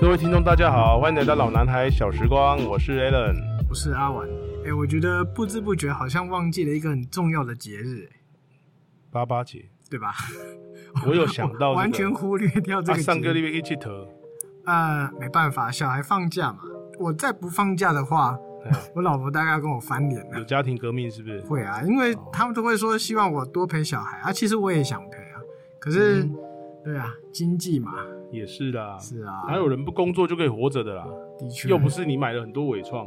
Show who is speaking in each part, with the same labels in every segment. Speaker 1: 各位听众，大家好，欢迎来到老男孩小时光，我是 Alan。
Speaker 2: 我是阿玩。哎、我觉得不知不觉好像忘记了一个很重要的节日，哎
Speaker 1: 八八节，
Speaker 2: 对吧？
Speaker 1: 我有想到、这个
Speaker 2: 完全忽略掉这
Speaker 1: 啊，
Speaker 2: 个节日。
Speaker 1: 上个礼拜一起投，
Speaker 2: 啊没办法，小孩放假嘛。我再不放假的话，
Speaker 1: 哎
Speaker 2: 我老婆大概要跟我翻脸了
Speaker 1: 有。家庭革命是不是？
Speaker 2: 会啊，因为
Speaker 1: 哦
Speaker 2: 他们都会说希望我多陪小孩啊，其实我也想陪啊，可是，
Speaker 1: 嗯
Speaker 2: 对啊，经济嘛，
Speaker 1: 也是啦，
Speaker 2: 是啊，
Speaker 1: 哪有人不工作就可以活着的啦？
Speaker 2: 的确，
Speaker 1: 又不是你买了很多伪 创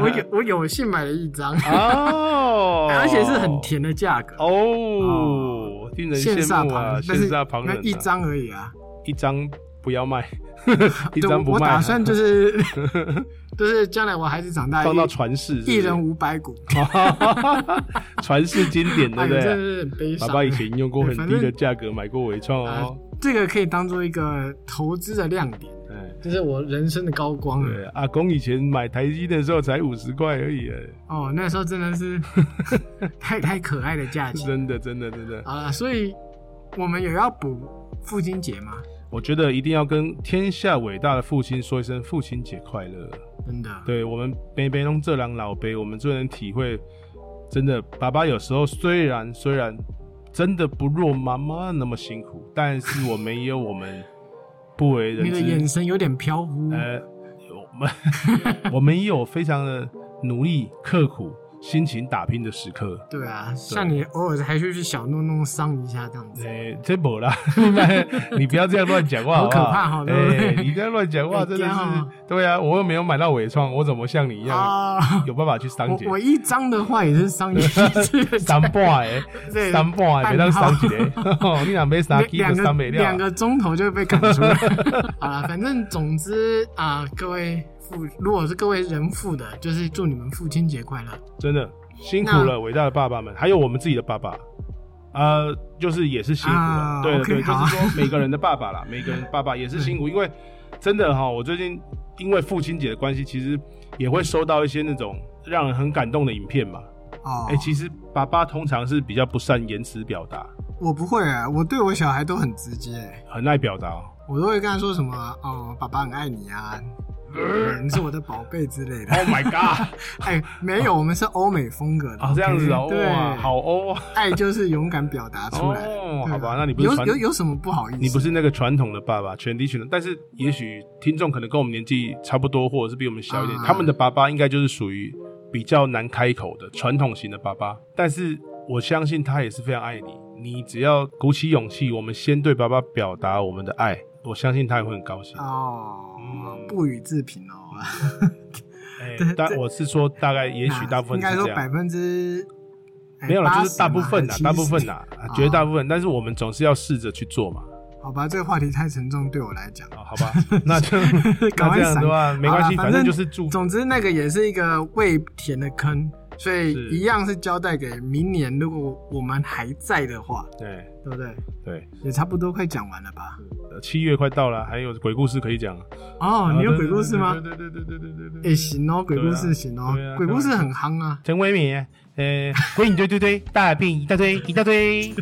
Speaker 2: 我有我有幸买了一 张，
Speaker 1: 哦，
Speaker 2: 而且是很甜的价格，
Speaker 1: 哦，令人
Speaker 2: 羡
Speaker 1: 哦羡
Speaker 2: 煞
Speaker 1: 慕啊，
Speaker 2: 旁，
Speaker 1: 羡
Speaker 2: 但是
Speaker 1: 煞旁人啊、
Speaker 2: 那一张而已啊，
Speaker 1: 一张不要 卖，一
Speaker 2: 对，我
Speaker 1: 张不
Speaker 2: 我
Speaker 1: 卖啊、
Speaker 2: 打算就是 就是将来我孩子长大，
Speaker 1: 放到
Speaker 2: 一
Speaker 1: 传世是不
Speaker 2: 一
Speaker 1: 是，
Speaker 2: 人五百股，
Speaker 1: 传世经典，对
Speaker 2: 哎
Speaker 1: 不
Speaker 2: 呦，真的
Speaker 1: 对？
Speaker 2: 是很悲
Speaker 1: 爸
Speaker 2: 伤。
Speaker 1: 爸以前用过很
Speaker 2: 对反
Speaker 1: 低
Speaker 2: 正
Speaker 1: 的价格买过微创
Speaker 2: 啊
Speaker 1: 哦。
Speaker 2: 这个可以当做一个投资的亮点，
Speaker 1: 哎，
Speaker 2: 这是我人生的高光啊了。
Speaker 1: 对，阿公以前买台积的时候才五十块而已，哎
Speaker 2: 哦，那时候真的 是太太可爱的假期
Speaker 1: 真的，真的，真的。
Speaker 2: 好了，所以我们有要补父亲节吗？
Speaker 1: 我觉得一定要跟天下伟大的父亲说一声父亲节快乐。
Speaker 2: 真的，
Speaker 1: 对我们北北弄这两老杯，我们最能体会，真的，爸爸有时候虽然虽然真的不若妈妈那么辛苦，但是我们也有我们不为人
Speaker 2: 你的
Speaker 1: 知
Speaker 2: 眼神有点飘忽。
Speaker 1: 呃，我们我们也 有非常的努力、刻苦、辛勤打拼的时刻。
Speaker 2: 对啊，像你偶尔还去去小弄弄伤一下这样子。
Speaker 1: 哎、这不啦， 你不要这样乱讲话好不好？
Speaker 2: 好可怕哦
Speaker 1: 哎、
Speaker 2: 对不对哎
Speaker 1: 你这样乱 讲话真的
Speaker 2: 很骄傲
Speaker 1: 是，对啊，我又没有买到伪创，我怎么像你一样、
Speaker 2: 啊，
Speaker 1: 有办法去商姐
Speaker 2: 我？ 我一张的话也是伤一 次的
Speaker 1: 三半诶，
Speaker 2: 对
Speaker 1: 三半诶，别当
Speaker 2: 暗号
Speaker 1: 三几嘞， 哦你俩没三几
Speaker 2: 两
Speaker 1: 就
Speaker 2: 个
Speaker 1: 三没了。
Speaker 2: 两个钟头就会被赶 出来。好了，反正总之啊、各位父，如果是各位人父的，就是祝你们父亲节快乐。
Speaker 1: 真的辛苦
Speaker 2: 那
Speaker 1: 了，伟大的爸爸们，还有我们自己的爸爸，呃，就是也是辛苦了，
Speaker 2: 啊
Speaker 1: 对
Speaker 2: OK，
Speaker 1: 对，就
Speaker 2: 好嗯
Speaker 1: 是说每个人的爸爸啦， 每个人爸爸也是辛苦，因为真的哈，我最近因为父亲节的关系，其实也会收到一些那种让人很感动的影片嘛。
Speaker 2: 哦，
Speaker 1: 哎、其实爸爸通常是比较不善言辞表达，
Speaker 2: 我不会啊，我对我小孩都很直接，
Speaker 1: 很爱表达、哦。
Speaker 2: 我都会跟他说什么哦，爸爸很爱你啊，你是我的宝贝之类的。
Speaker 1: Oh my god！
Speaker 2: 哎，没有，我们是欧美风格的
Speaker 1: 啊，这样子哦，
Speaker 2: OK？对，
Speaker 1: 哇，好哦，
Speaker 2: 爱就是勇敢表达出来。
Speaker 1: 哦
Speaker 2: 对
Speaker 1: 好吧那你不是
Speaker 2: 有
Speaker 1: 传
Speaker 2: 有有什么不好意思？
Speaker 1: 你不是那个传统的爸爸，全体选的，但是也许听众可能跟我们年纪差不多，或者是比我们小一点，
Speaker 2: 啊
Speaker 1: 他们的爸爸应该就是属于比较难开口的传统型的爸爸。但是我相信他也是非常爱你，你只要鼓起勇气，我们先对爸爸表达我们的爱，我相信他也会很高兴。
Speaker 2: 哦
Speaker 1: 嗯，
Speaker 2: 不予置评哦。
Speaker 1: 哎
Speaker 2: 对啊
Speaker 1: 但我是说，大概也许大部分
Speaker 2: 应该
Speaker 1: 是
Speaker 2: 说
Speaker 1: 这
Speaker 2: 百
Speaker 1: 样。
Speaker 2: 分之哎
Speaker 1: 没有啦，就
Speaker 2: 80
Speaker 1: 是大部分
Speaker 2: 嘛
Speaker 1: 啦，
Speaker 2: 70
Speaker 1: 大部分 啦，啊绝大部分。但是我们总是要试着去做嘛，
Speaker 2: 好吧，这个话题太沉重，对我来讲，
Speaker 1: 啊，好 吧？那就那
Speaker 2: 赶快
Speaker 1: 这样
Speaker 2: 闪
Speaker 1: 的话没关系，
Speaker 2: 好
Speaker 1: 反
Speaker 2: 啦反
Speaker 1: 正
Speaker 2: 正
Speaker 1: 就是祝
Speaker 2: 总之，那个也是一个未填的坑，所以
Speaker 1: 是
Speaker 2: 一样是交代给明年，如果我们还在的话，
Speaker 1: 对
Speaker 2: 对不对？
Speaker 1: 哎对。
Speaker 2: 也差不多快讲完了吧？
Speaker 1: 呃七月快到了，还有鬼故事可以讲。
Speaker 2: 哦，你有鬼故事吗？
Speaker 1: 啊对对对对对对对
Speaker 2: 哎、行哦，鬼故
Speaker 1: 对啊
Speaker 2: 事行哦，
Speaker 1: 对啊
Speaker 2: 鬼故事很夯啊。
Speaker 1: 陈伟敏，呃，鬼影堆堆堆，大便一大堆一大堆。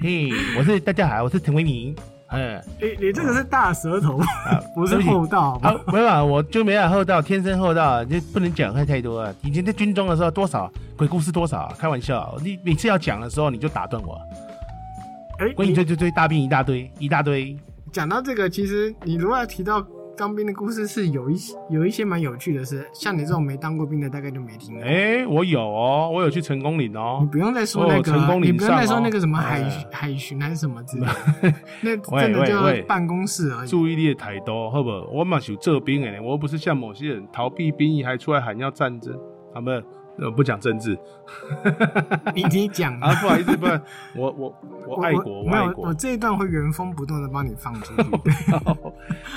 Speaker 1: 嘿，我是大家好，我是陈伟敏。嗯
Speaker 2: 你你这个是大舌 头，不是
Speaker 1: 对不起
Speaker 2: 厚道，好吧？
Speaker 1: 啊，没有啊，我就没有厚道，天生厚道，就不能讲太太多啊。以前在军中的时候，多少鬼故事多少，开玩笑。你每次要讲的时候，你就打断我。
Speaker 2: 哎、
Speaker 1: 鬼影
Speaker 2: 你
Speaker 1: 堆堆堆，大便一大堆一大堆。
Speaker 2: 讲到这个，其实你如果要提到当兵的故事，是有一些有一些蛮有趣的事，像你这种没当过兵的，大概就没听过。
Speaker 1: 哎，我有哦，我有去成功岭
Speaker 2: 你
Speaker 1: 哦。
Speaker 2: 不用再说那
Speaker 1: 哦
Speaker 2: 个，
Speaker 1: 成功
Speaker 2: 你
Speaker 1: 岭
Speaker 2: 不用
Speaker 1: 上
Speaker 2: 再说
Speaker 1: 哦
Speaker 2: 那个什么海、
Speaker 1: 哎
Speaker 2: 海巡还是什么之类的，那真的
Speaker 1: 喂
Speaker 2: 就
Speaker 1: 喂
Speaker 2: 办公室而已。
Speaker 1: 注意力太多，好不好？我嘛是有这兵的呢，我又不是像某些人逃避兵役还出来喊要战争，啊不，呃不讲政治
Speaker 2: 你你讲
Speaker 1: 啊，不好意思，不然，我我我爱国，我
Speaker 2: 没有
Speaker 1: 爱，国
Speaker 2: 我，这一段会原封不动的帮你放出 去。对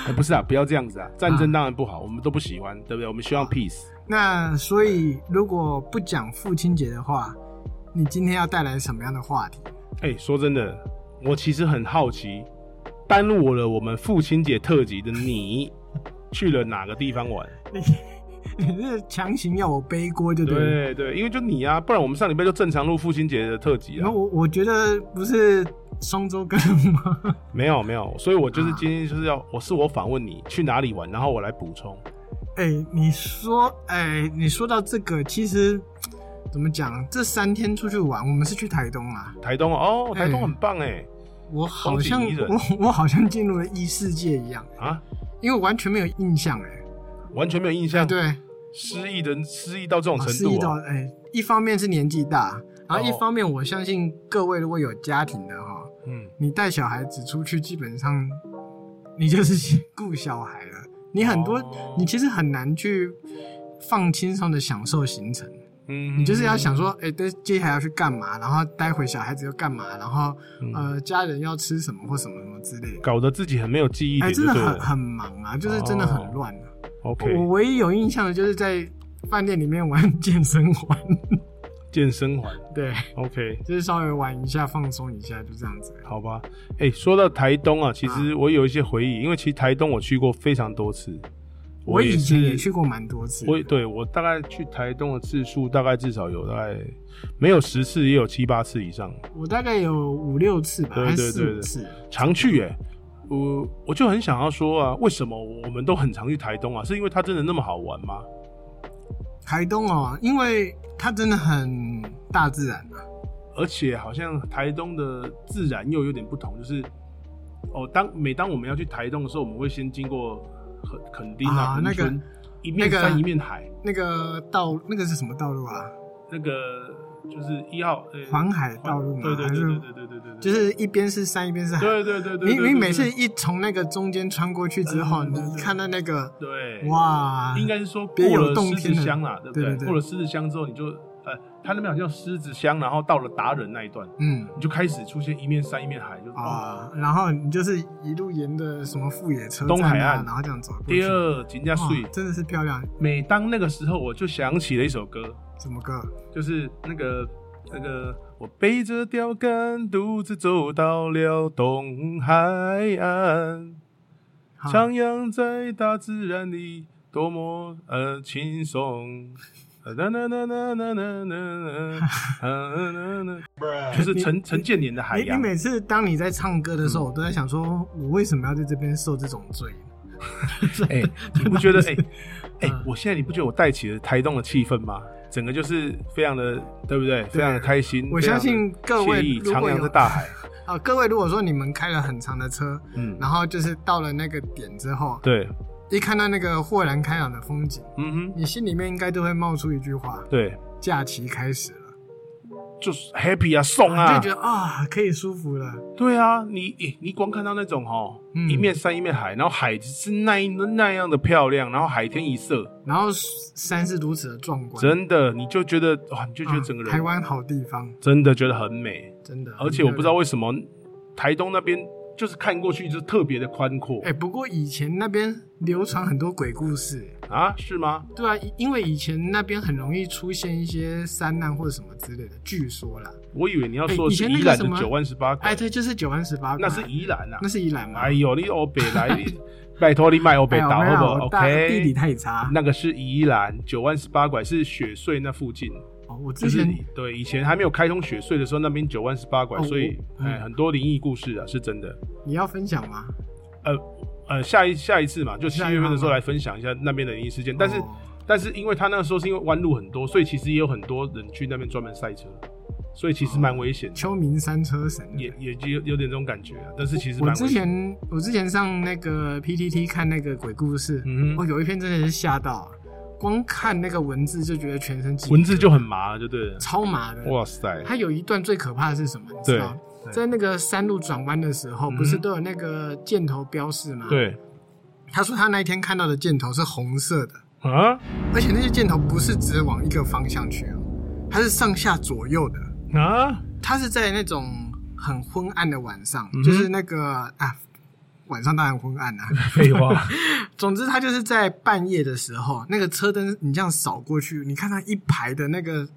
Speaker 1: 哎不是啊，不要这样子啊，战争当然不好，我们都不喜欢，对不对？我们希望 peace。
Speaker 2: 那所以如果不讲父亲节的话，你今天要带来什么样的话题？
Speaker 1: 哎，说真的，我其实很好奇，耽 误了我们父亲节特辑的你，去了哪个地方玩？
Speaker 2: 你你是强行要我背锅就对了。
Speaker 1: 对对，因为就你啊，不然我们上礼拜就正常录父亲节的特辑
Speaker 2: 然
Speaker 1: 啊
Speaker 2: 后。我我觉得不是双周更吗？
Speaker 1: 没有没有，所以我
Speaker 2: 啊
Speaker 1: 就是今天就是要，我是我访问你去哪里玩，然后我来补充。
Speaker 2: 哎、你说，哎、你说到这个，其实怎么讲？这三天出去玩，我们是去台东啊。
Speaker 1: 台东哦，哦台东
Speaker 2: 哎
Speaker 1: 很棒哎
Speaker 2: 我好像
Speaker 1: 风景宜人
Speaker 2: 我我好像进入了异世界一样，
Speaker 1: 啊，
Speaker 2: 因为完全没有印象哎、
Speaker 1: 完全没有印象。
Speaker 2: 对，
Speaker 1: 失忆的失忆到这种
Speaker 2: 我
Speaker 1: 嗯程
Speaker 2: 是
Speaker 1: 度
Speaker 2: 一到
Speaker 1: 哦、
Speaker 2: 哎、一方面是年纪大，然后一
Speaker 1: 哦
Speaker 2: 方面我相信各位如果有家庭的哈，
Speaker 1: 嗯，
Speaker 2: 你带小孩子出去，基本上你就是 顾小孩了。你很多，
Speaker 1: 哦
Speaker 2: 你其实很难去放轻松的享受行程。
Speaker 1: 嗯，
Speaker 2: 你就是要想说，哎、对，接下来要去干嘛，然后待会小孩子要干嘛，然后、
Speaker 1: 嗯
Speaker 2: 呃，家人要吃什么或什么什么之类的。
Speaker 1: 搞得自己很没有记忆
Speaker 2: 哎、
Speaker 1: 点就
Speaker 2: 真的
Speaker 1: 对
Speaker 2: 很
Speaker 1: 了。哦
Speaker 2: 很忙啊，就是真的很乱、啊
Speaker 1: OK，
Speaker 2: 我唯一有印象的就是在饭店里面玩健身环，
Speaker 1: 健身环
Speaker 2: 对，
Speaker 1: OK，
Speaker 2: 就是稍微玩一下放松一下，就这样子。
Speaker 1: 好吧。哎、说到台东啊，其实我有一些回忆，因为其实台东我去过非常多次。
Speaker 2: 我
Speaker 1: 也
Speaker 2: 以
Speaker 1: 是
Speaker 2: 前也去过蛮多次，
Speaker 1: 我对我大概去台东的次数大概至少有大概没有十次也有七八次以上，
Speaker 2: 我大概有五六次吧，
Speaker 1: 对
Speaker 2: 还
Speaker 1: 对
Speaker 2: 是四
Speaker 1: 对
Speaker 2: 五
Speaker 1: 对
Speaker 2: 次。
Speaker 1: 常去耶、我我就很想要说啊，为什么我们都很常去台东啊？是因为它真的那么好玩吗？
Speaker 2: 台东哦，因为它真的很大自然啊，
Speaker 1: 而且好像台东的自然又有点不同，就是哦，当每当我们要去台东的时候，我们会先经过垦垦丁
Speaker 2: 啊
Speaker 1: 啊，
Speaker 2: 那
Speaker 1: 那
Speaker 2: 个
Speaker 1: 个一面
Speaker 2: 那个
Speaker 1: 山一面海，
Speaker 2: 那个道那个是什么道路啊？
Speaker 1: 那个就是一号呃
Speaker 2: 环海道路吗
Speaker 1: 对对
Speaker 2: 还
Speaker 1: 对
Speaker 2: 是
Speaker 1: 对对对对对，
Speaker 2: 就是一边是山，一边是海。
Speaker 1: 对对对对对，
Speaker 2: 你
Speaker 1: 对
Speaker 2: 你每次
Speaker 1: 对
Speaker 2: 一从那个中间穿过去之后，
Speaker 1: 嗯对
Speaker 2: 你
Speaker 1: 对
Speaker 2: 一看到那个，
Speaker 1: 对
Speaker 2: 哇，
Speaker 1: 应该是说
Speaker 2: 别
Speaker 1: 过
Speaker 2: 有
Speaker 1: 了
Speaker 2: 洞
Speaker 1: 狮
Speaker 2: 天
Speaker 1: 子
Speaker 2: 的
Speaker 1: 乡啦，对不
Speaker 2: 对对对
Speaker 1: 过了狮子乡之后，你就呃，他那边好像狮子乡，然后到了达人那一段，
Speaker 2: 嗯
Speaker 1: 你就开始出现一面山一面海，就是哦，
Speaker 2: 啊，然后你就是一路沿着什么富野车站啊
Speaker 1: 东海岸
Speaker 2: 然后这样走过去
Speaker 1: 第，二人家
Speaker 2: 哇
Speaker 1: 睡。
Speaker 2: 真的是漂亮。
Speaker 1: 每当那个时候，我就想起了一首歌，
Speaker 2: 什么歌？
Speaker 1: 就是那个那个，我背着钓竿，独自走到了东海岸，
Speaker 2: 哈
Speaker 1: 徜徉在大自然里，多么呃轻松。呃啦啦啦啦啦啦啦啦，呃啦啦 啦就是陈陈建年的《海
Speaker 2: 你你
Speaker 1: 洋》。嗯
Speaker 2: 每次当你在唱歌的时候，我都在想说，我为什么要在这边受这种罪？
Speaker 1: 哎， 你不觉得？哎哎
Speaker 2: 嗯，
Speaker 1: 我现在你不觉得我带起了台东的气氛吗？整个就是非常的，对不对？非常的开心。
Speaker 2: 我
Speaker 1: 非常
Speaker 2: 相
Speaker 1: 地
Speaker 2: 信各位
Speaker 1: 惬意
Speaker 2: 如
Speaker 1: 徜
Speaker 2: 果有
Speaker 1: 徉在大海。
Speaker 2: 啊，各位如果说你们开了很长的车，
Speaker 1: 嗯，
Speaker 2: 然后就是到了那个点之后，
Speaker 1: 对，
Speaker 2: 一看到那个豁然开朗的风景，
Speaker 1: 嗯哼，
Speaker 2: 你心里面应该都会冒出一句话：
Speaker 1: 对，
Speaker 2: 假期开始了，
Speaker 1: 就是 happy 啊，送啊，
Speaker 2: 就觉得啊，可以舒服了。
Speaker 1: 对啊，你你你光看到那种哦，
Speaker 2: 嗯
Speaker 1: 一面山一面海，然后海是那一那样的漂亮，然后海天一色，
Speaker 2: 然后山是如此的壮观，
Speaker 1: 真的你就觉得哇，你就觉得
Speaker 2: 啊
Speaker 1: 整个
Speaker 2: 台
Speaker 1: 人
Speaker 2: 湾好地方，
Speaker 1: 真的觉得很美，
Speaker 2: 真的。
Speaker 1: 而且我不知道为什么台东那边就是看过去就特别的宽阔
Speaker 2: 哎、不过以前那边流传很多鬼故事、
Speaker 1: 啊，是吗？
Speaker 2: 对啊，因为以前那边很容易出现一些山难或者什么之类的，据说啦。
Speaker 1: 我以为你要说
Speaker 2: 哎
Speaker 1: 的
Speaker 2: 以
Speaker 1: 是
Speaker 2: 前那个
Speaker 1: 宜兰
Speaker 2: 什
Speaker 1: 的
Speaker 2: 么
Speaker 1: 九万十八
Speaker 2: 哎，
Speaker 1: 块，
Speaker 2: 对，就是九弯十八
Speaker 1: 那是宜兰啊
Speaker 2: 那，是宜兰吗？
Speaker 1: 哎呦，你欧北 来，你拜托你卖欧北岛
Speaker 2: 哎呦没有
Speaker 1: 好不好
Speaker 2: 我大
Speaker 1: ？OK，
Speaker 2: 地理太差。
Speaker 1: 那个是宜兰九万十八拐是雪穗那附近，
Speaker 2: 哦，我之
Speaker 1: 就是
Speaker 2: 前
Speaker 1: 以对以前还没有开通雪穗的时候，那边九万十八拐，
Speaker 2: 哦
Speaker 1: 所以
Speaker 2: 我
Speaker 1: 哎、
Speaker 2: 嗯
Speaker 1: 很多灵异故事啊是真的。
Speaker 2: 你要分享吗？
Speaker 1: 呃呃，下一下一次嘛，就七
Speaker 2: 下一
Speaker 1: 月份的时候
Speaker 2: 趟吗
Speaker 1: 来分享一下那边的灵异事件。但是、
Speaker 2: 哦
Speaker 1: 但是因为他那个时候是因为弯路很多，所以其实也有很多人去那边专门赛车，所以其实
Speaker 2: 哦
Speaker 1: 蛮危险的，
Speaker 2: 秋名山车神
Speaker 1: 也也就有有点这种感觉啊。但是其实
Speaker 2: 我
Speaker 1: 蛮
Speaker 2: 之
Speaker 1: 危险。
Speaker 2: 前我之前上那个 PTT 看那个鬼故事，
Speaker 1: 嗯
Speaker 2: 我
Speaker 1: 哼，
Speaker 2: 有一篇真的是吓到，啊光看那个文字就觉得全身鸡皮
Speaker 1: 文字就很麻了，就对了。
Speaker 2: 超麻的。
Speaker 1: 哇塞，
Speaker 2: 它有一段最可怕的是什么？你知
Speaker 1: 对
Speaker 2: 道，
Speaker 1: 对
Speaker 2: 在那个山路转弯的时候，
Speaker 1: 嗯
Speaker 2: 不是都有那个箭头标示吗？。
Speaker 1: 对
Speaker 2: 他说他那一天看到的箭头是红色的，
Speaker 1: 啊
Speaker 2: 而且那些箭头不是只往一个方向去哦，它是上下左右的。
Speaker 1: 啊，
Speaker 2: 它是在那种很昏暗的晚上，
Speaker 1: 嗯哼
Speaker 2: 就是那个啊，晚上当然 昏暗啦、啊
Speaker 1: 废话，
Speaker 2: 总之，它就是在半夜的时候，那个车灯你这样扫过去，你看它一排的那个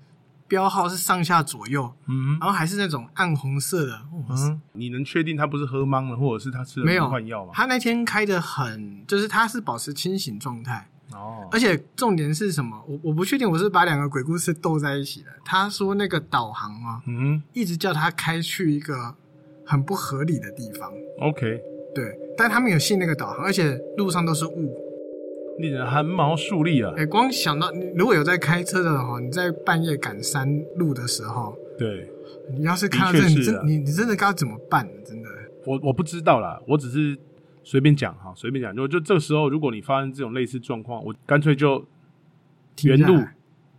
Speaker 2: 标号是上下左右，
Speaker 1: 嗯哼。
Speaker 2: 然后还是那种暗红色的。哇塞
Speaker 1: 嗯，你能确定他不是喝懵了，或者是他吃了
Speaker 2: 没有
Speaker 1: 迷幻药吗？
Speaker 2: 他那天开的很，就是他是保持清醒状态，
Speaker 3: 哦，
Speaker 2: 而且重点是什么？我我不确定我是把两个鬼故事斗在一起的。他说那个导航啊，
Speaker 1: 嗯
Speaker 2: 一直叫他开去一个很不合理的地方，
Speaker 1: ，OK，
Speaker 2: 对，但他们有信那个导航，而且路上都是雾，
Speaker 1: 令人汗毛竖立啊
Speaker 2: 哎、！光想到你如果有在开车的哈，你在半夜赶山路的时候，
Speaker 1: 对
Speaker 2: 你要是
Speaker 1: 的
Speaker 2: 看到
Speaker 1: 确
Speaker 2: 这，你
Speaker 1: 是啊
Speaker 2: 真你你真的该怎么办？真的，
Speaker 1: 我我不知道啦，我只是随便讲哈，随便讲。如果就这个时候，如果你发生这种类似状况，我干脆就
Speaker 2: 停
Speaker 1: 原
Speaker 2: 下来
Speaker 1: 路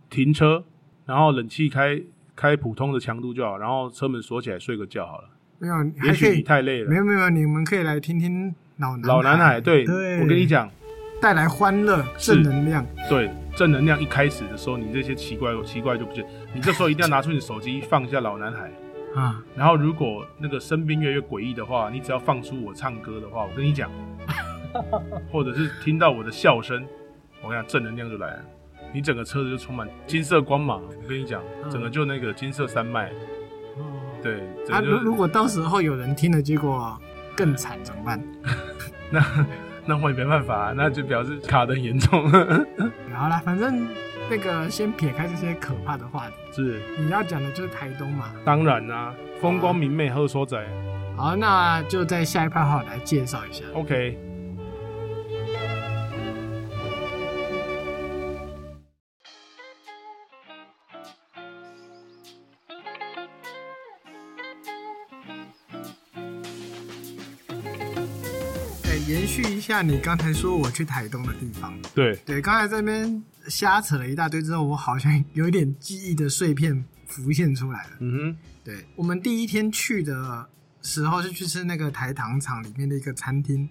Speaker 1: 停车，然后冷气开开普通的强度就好，然后车门锁起来睡个觉好了。
Speaker 2: 没有，你还
Speaker 1: 也
Speaker 2: 可
Speaker 1: 许你
Speaker 2: 以，
Speaker 1: 太累了。
Speaker 2: 没有没有，你们可以来听听老男
Speaker 1: 老男孩，对
Speaker 2: 对
Speaker 1: 我跟你讲，
Speaker 2: 带来欢乐
Speaker 1: 是
Speaker 2: 正能量，
Speaker 1: 对正能量一开始的时候，你这些奇怪奇怪就不见。你这时候一定要拿出你手机，放一下老男孩。
Speaker 2: 啊，
Speaker 1: 然后如果那个身边越来越诡异的话，你只要放出我唱歌的话，我跟你讲，或者是听到我的笑声，我跟你讲正能量就来了，你整个车子就充满金色光芒。我跟你讲，
Speaker 2: 嗯
Speaker 1: 整个就那个金色山脉，对，整
Speaker 2: 啊，
Speaker 1: 哦个就
Speaker 2: 如如果到时候有人听了，结果更惨怎么办？
Speaker 1: 那那我也没办法、那就表示卡的严重。
Speaker 2: 好啦，反正那个先撇开这些可怕的话题，
Speaker 1: 是，
Speaker 2: 你要讲的就是台东嘛。
Speaker 1: 当然啦、风光明媚，喝所仔
Speaker 2: 好，那就在下一趴好好来介绍一下。
Speaker 1: ，OK。
Speaker 2: 哎、延续一下你刚才说我去台东的地方。
Speaker 1: 对，
Speaker 2: 对，刚才这边瞎扯了一大堆之后，我好像有点记忆的碎片浮现出来了。
Speaker 1: 嗯哼，
Speaker 2: 对我们第一天去的时候是去吃那个台糖厂里面的一个餐厅，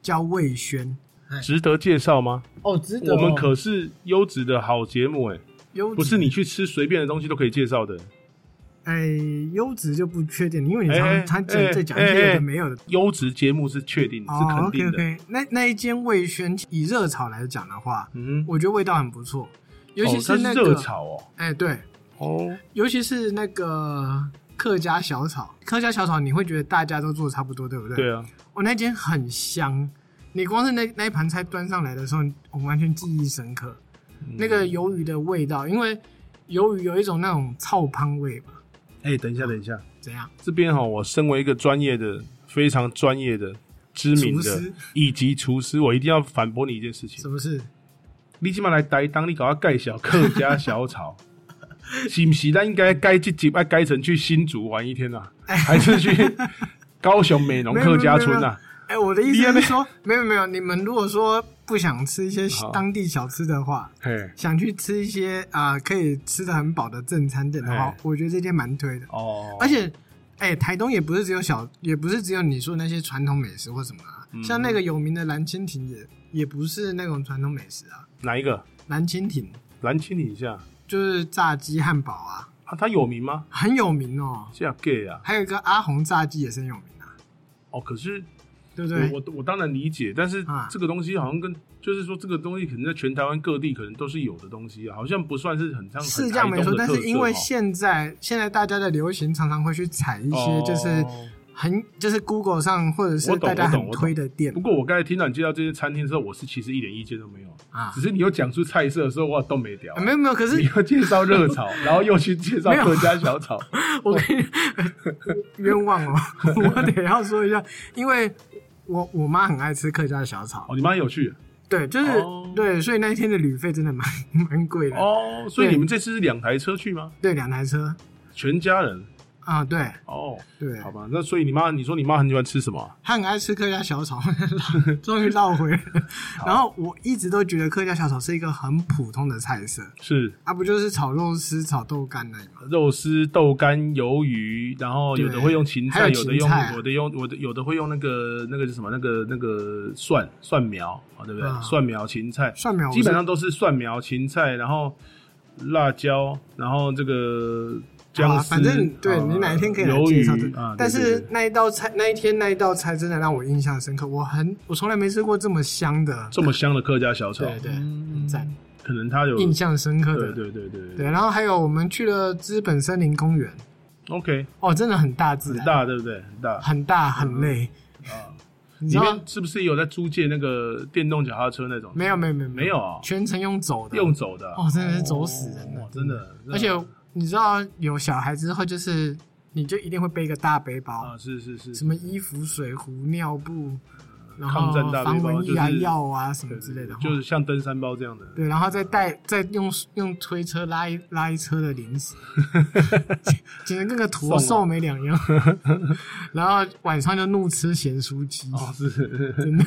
Speaker 2: 叫味轩，
Speaker 1: 值得介绍吗？
Speaker 3: 哦，值得
Speaker 1: 我
Speaker 3: 哦。
Speaker 1: 们可是优质的好节目哎、
Speaker 2: 优质
Speaker 1: 不是你去吃随便的东西都可以介绍的。
Speaker 2: 哎优质就不确定，因为你
Speaker 1: 哎哎
Speaker 2: 常常在
Speaker 1: 哎
Speaker 2: 在讲一些有
Speaker 1: 哎哎
Speaker 2: 的没有的。
Speaker 1: 优质节目是确定、
Speaker 2: 哦
Speaker 1: 是肯
Speaker 2: OK
Speaker 1: 定的。
Speaker 2: OK，那那一间味轩以热炒来讲的话，
Speaker 1: 嗯哼，
Speaker 2: 我觉得味道很不错，尤其
Speaker 1: 哦它
Speaker 2: 那
Speaker 1: 是
Speaker 2: 个
Speaker 1: 热炒哦。
Speaker 2: 哎、对，
Speaker 1: 哦，
Speaker 2: 尤其是那个客家小炒，客家小炒你会觉得大家都做得差不多，对不对？
Speaker 1: 对啊，
Speaker 2: 我、那间很香，你光是那那一盘菜端上来的时候，我完全记忆深刻。
Speaker 1: 嗯
Speaker 2: 那个鱿鱼的味道，因为鱿鱼有一种那种臭汤味嘛，
Speaker 1: 哎、等一下，等一下，
Speaker 2: 怎样？
Speaker 1: 这边哈、哦我身为一个专业的、非常专业的、知名
Speaker 2: 厨
Speaker 1: 的
Speaker 2: 师
Speaker 1: 以及厨师，我一定要反驳你一件事
Speaker 2: 是
Speaker 1: 情：
Speaker 2: 不是？
Speaker 1: 你起码来台当你搞要盖小客家小 炒。是不是？那应该该这集要改成去新竹玩一天啊， 还是去高雄美浓
Speaker 2: 没有
Speaker 1: 客家村
Speaker 2: 没有没
Speaker 1: 啊
Speaker 2: 有？哎、我的意
Speaker 1: 你还
Speaker 2: 思
Speaker 1: 没
Speaker 2: 是说，没有没有，你们如果说不想吃一些
Speaker 1: 好
Speaker 2: 当地小吃的话，
Speaker 1: 嘿，
Speaker 2: 想去吃一些啊、可以吃的很饱的正餐店的话
Speaker 1: 哎，
Speaker 2: 我觉得这间蛮推的。
Speaker 1: 哦，
Speaker 2: 而且，哎、台东也不是只有小，也不是只有你说那些传统美食或什么啊，
Speaker 1: 嗯
Speaker 2: 像那个有名的蓝蜻蜓也也不是那种传统美食啊，
Speaker 1: 哪一个？
Speaker 2: 蓝蜻蜓
Speaker 1: 蓝青你一下
Speaker 2: 就是炸鸡汉堡啊，
Speaker 1: 啊，他有名吗？
Speaker 2: 很有名哦。
Speaker 1: 这样 gay 啊？
Speaker 2: 还有一个阿红炸鸡也是很有名啊，
Speaker 1: 哦，可是
Speaker 2: 对不
Speaker 1: 我
Speaker 2: 对？
Speaker 1: 我我当然理解，但是
Speaker 2: 啊
Speaker 1: 这个东西好像跟就是说这个东西可能在全台湾各地可能都是有的东西啊，好像不算是很像
Speaker 2: 是这样没错，但是因
Speaker 1: 哦
Speaker 2: 为现在现在大家的流行常常会去踩一
Speaker 1: 一
Speaker 2: 些就是
Speaker 1: 哦
Speaker 2: 很就是 Google 上或者是
Speaker 1: 我懂
Speaker 2: 大家
Speaker 1: 我懂
Speaker 2: 很
Speaker 1: 我懂
Speaker 2: 推的店
Speaker 1: 不过我刚才听到你介绍这些餐厅的时候，我是其实一点意见都没有，
Speaker 2: 啊
Speaker 1: 只，是你又讲出菜色的时候，我都没聊、
Speaker 2: 啊没有没有，可是
Speaker 1: 你又介绍热 炒，然后又去介绍
Speaker 2: 没有
Speaker 1: 客家小炒，
Speaker 2: 我跟 你冤枉哦， 我得要说一下，因为我我妈很爱吃客家小炒，
Speaker 1: 哦，你妈有去
Speaker 2: 对，就是、
Speaker 1: 哦
Speaker 2: 对，所以那一天的旅费真的蛮蛮贵的，
Speaker 1: 哦，所以
Speaker 2: 对
Speaker 1: 你们这次是两台车去吗？
Speaker 2: 对，两台车
Speaker 1: 全家人
Speaker 2: 啊，对
Speaker 1: 哦，
Speaker 2: 对，
Speaker 1: 好吧，那所以你妈，你说你妈很喜欢吃什么啊、
Speaker 2: 她很爱吃客家小炒， 终于绕回来了。然后我一直都觉得客家小炒是一个很普通的菜色，
Speaker 1: 是
Speaker 2: 啊，不就是炒肉丝、炒豆干那嘛？
Speaker 1: 肉丝、豆干、鱿鱼，然后有的
Speaker 2: 对
Speaker 1: 会用芹
Speaker 2: 还
Speaker 1: 菜，
Speaker 2: 有
Speaker 1: 有的用
Speaker 2: 芹菜啊
Speaker 1: 有的用我的有的会用那个那个是什么那个那个蒜蒜苗啊，对不对？
Speaker 2: 啊
Speaker 1: 蒜苗、芹菜，
Speaker 2: 蒜苗我是
Speaker 1: 基本上都是蒜苗、芹菜，然后辣椒，然后这个
Speaker 2: 好
Speaker 1: 姜
Speaker 2: 啊
Speaker 1: 丝。
Speaker 2: 反正对
Speaker 1: 啊
Speaker 2: 你哪一天可以来
Speaker 1: 鱿
Speaker 2: 介绍这
Speaker 1: 鱼啊？
Speaker 2: 但
Speaker 1: 对对
Speaker 2: 是
Speaker 1: 对
Speaker 2: 那一道菜，那一天那一道菜真的让我印象深刻，我很我从来没吃过这么香的，
Speaker 1: 这么香的客家小炒，
Speaker 2: 对对，
Speaker 3: 嗯
Speaker 2: 很赞，
Speaker 1: 可能它有
Speaker 2: 印象深刻
Speaker 1: 对
Speaker 2: 的。
Speaker 1: 对对对
Speaker 2: 对然后还有我们去了资本森林公园，
Speaker 1: ，OK，
Speaker 2: 哦，真的很大自
Speaker 1: 很
Speaker 2: 然，
Speaker 1: 大对不对？很大
Speaker 2: 很大很累，
Speaker 1: 啊。
Speaker 2: 你知
Speaker 1: 里
Speaker 2: 道
Speaker 1: 面是不是有在租借那个电动脚踏车那种？
Speaker 2: 没有没有没有
Speaker 1: 没有啊
Speaker 2: 全程用走的，
Speaker 1: 用走的啊
Speaker 2: 哦，真的是走死人了
Speaker 1: 哇，真的。
Speaker 2: 而且你知道有小孩之后，就是你就一定会背一个大背包，
Speaker 1: 啊，是是是，
Speaker 2: 什么衣服、水壶、尿布，然
Speaker 1: 抗
Speaker 2: 后
Speaker 1: 战大背包
Speaker 2: 防蚊液啊、
Speaker 1: 就是
Speaker 2: 药啊什么
Speaker 1: 对
Speaker 2: 之类的，
Speaker 1: 就是像登山包这样的。
Speaker 2: 对，然后再带再用用推车拉一拉一车的零 食，简直跟个驼
Speaker 1: 送
Speaker 2: 兽
Speaker 1: 哦
Speaker 2: 没两样。然后晚上就怒吃咸酥鸡，
Speaker 1: 哦，是是是
Speaker 2: 真的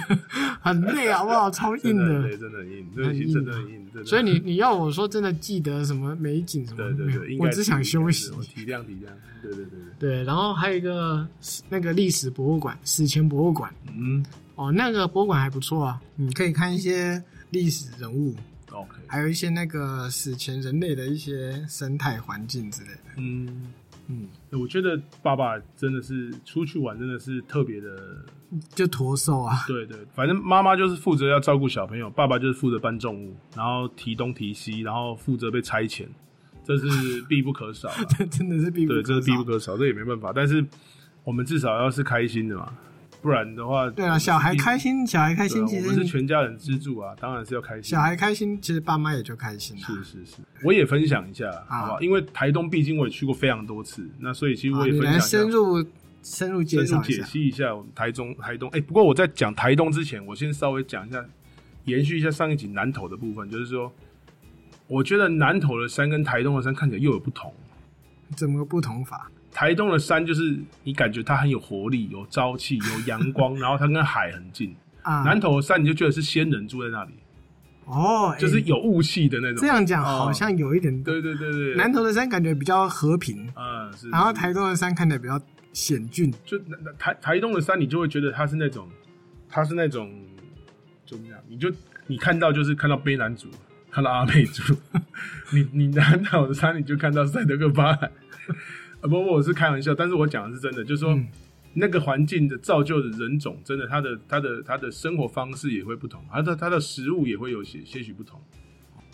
Speaker 2: 很累，好不好？超 硬
Speaker 1: 真
Speaker 2: 的。
Speaker 1: 的，对，真的很硬，这
Speaker 2: 很
Speaker 1: 其
Speaker 2: 硬
Speaker 1: 实真的
Speaker 2: 的
Speaker 1: 很硬，真的。
Speaker 2: 所以你你要我说真的记得什么美景什么
Speaker 1: 对对
Speaker 2: 没有
Speaker 1: 对，应该
Speaker 2: 我只
Speaker 1: 是
Speaker 2: 想
Speaker 1: 应该
Speaker 2: 休
Speaker 1: 是
Speaker 2: 息。
Speaker 1: 我体谅体谅，对对对对，
Speaker 2: 对，然后还有一个那个历史博物馆，史前博物馆
Speaker 1: 嗯
Speaker 2: 哦，那个博物馆还不错啊，你可以看一些历史人物，
Speaker 1: ，OK，嗯
Speaker 2: 还有一些那个史前人类的一些生态环境之类的。
Speaker 1: 嗯，
Speaker 2: 嗯，
Speaker 1: 我觉得爸爸真的是出去玩，真的是特别的，
Speaker 2: 就驼兽啊，
Speaker 1: 对对，反正妈妈就是负责要照顾小朋友，爸爸就是负责搬重物，然后提东提西，然后负责被差遣，这是必不可少啊啦。
Speaker 2: 真的是必不
Speaker 1: 对，
Speaker 2: 可
Speaker 1: 这是
Speaker 2: 少
Speaker 1: 必不可少，这也没办法。但是我们至少要是开心的嘛，不然的话，
Speaker 2: 对
Speaker 1: 我
Speaker 2: 啊，
Speaker 1: 们是
Speaker 2: 小孩
Speaker 1: 一
Speaker 2: 开心，小孩开
Speaker 1: 对啊
Speaker 2: 心，其
Speaker 1: 我们是
Speaker 2: 实
Speaker 1: 全家人支柱啊，当然是要开心。
Speaker 2: 小孩开心，其实爸妈也就开心了、
Speaker 1: 是是是，我也分享一下，好不好？因为台东毕竟我也去过非常多次，那所以其实
Speaker 2: 啊
Speaker 1: 我也
Speaker 2: 你
Speaker 1: 分
Speaker 2: 来
Speaker 1: 享一下
Speaker 2: 深。入深入介
Speaker 1: 深入
Speaker 2: 绍一
Speaker 1: 解
Speaker 2: 下，
Speaker 1: 析一下我们台中台东，哎、不过我在讲台东之前，我先稍微讲一下，延续一下上一集南投的部分，就是说，我觉得南投的山跟台东的山看起来又有不同。
Speaker 2: 怎么个不同法？
Speaker 1: 台东的山就是你感觉它很有活力、有朝气、有阳光，然后它跟海很近。
Speaker 2: 啊，
Speaker 1: 南投的山你就觉得是仙人住在那里，
Speaker 2: 哦，哎
Speaker 1: 就是有雾气的那种。
Speaker 2: 这样讲
Speaker 1: 哦
Speaker 2: 好像有一点。
Speaker 1: 对对对对，
Speaker 2: 南投的山感觉比较和平，
Speaker 1: 嗯是，
Speaker 2: 然后
Speaker 1: 是
Speaker 2: 台东的山看起来比较险峻。
Speaker 1: 就那那台台东的山，你就会觉得它是那种，它是那种怎么讲？你就你看到就是看到卑南族，看到阿美族， 你你南岛的山，你就看到赛德克巴莱。 啊，不过我是开玩笑，但是我讲的是真的，就是说、
Speaker 2: 嗯
Speaker 1: 那个环境的造就的人种，真的他的他的他的生活方式也会不同，他的他的食物也会有些些许不同。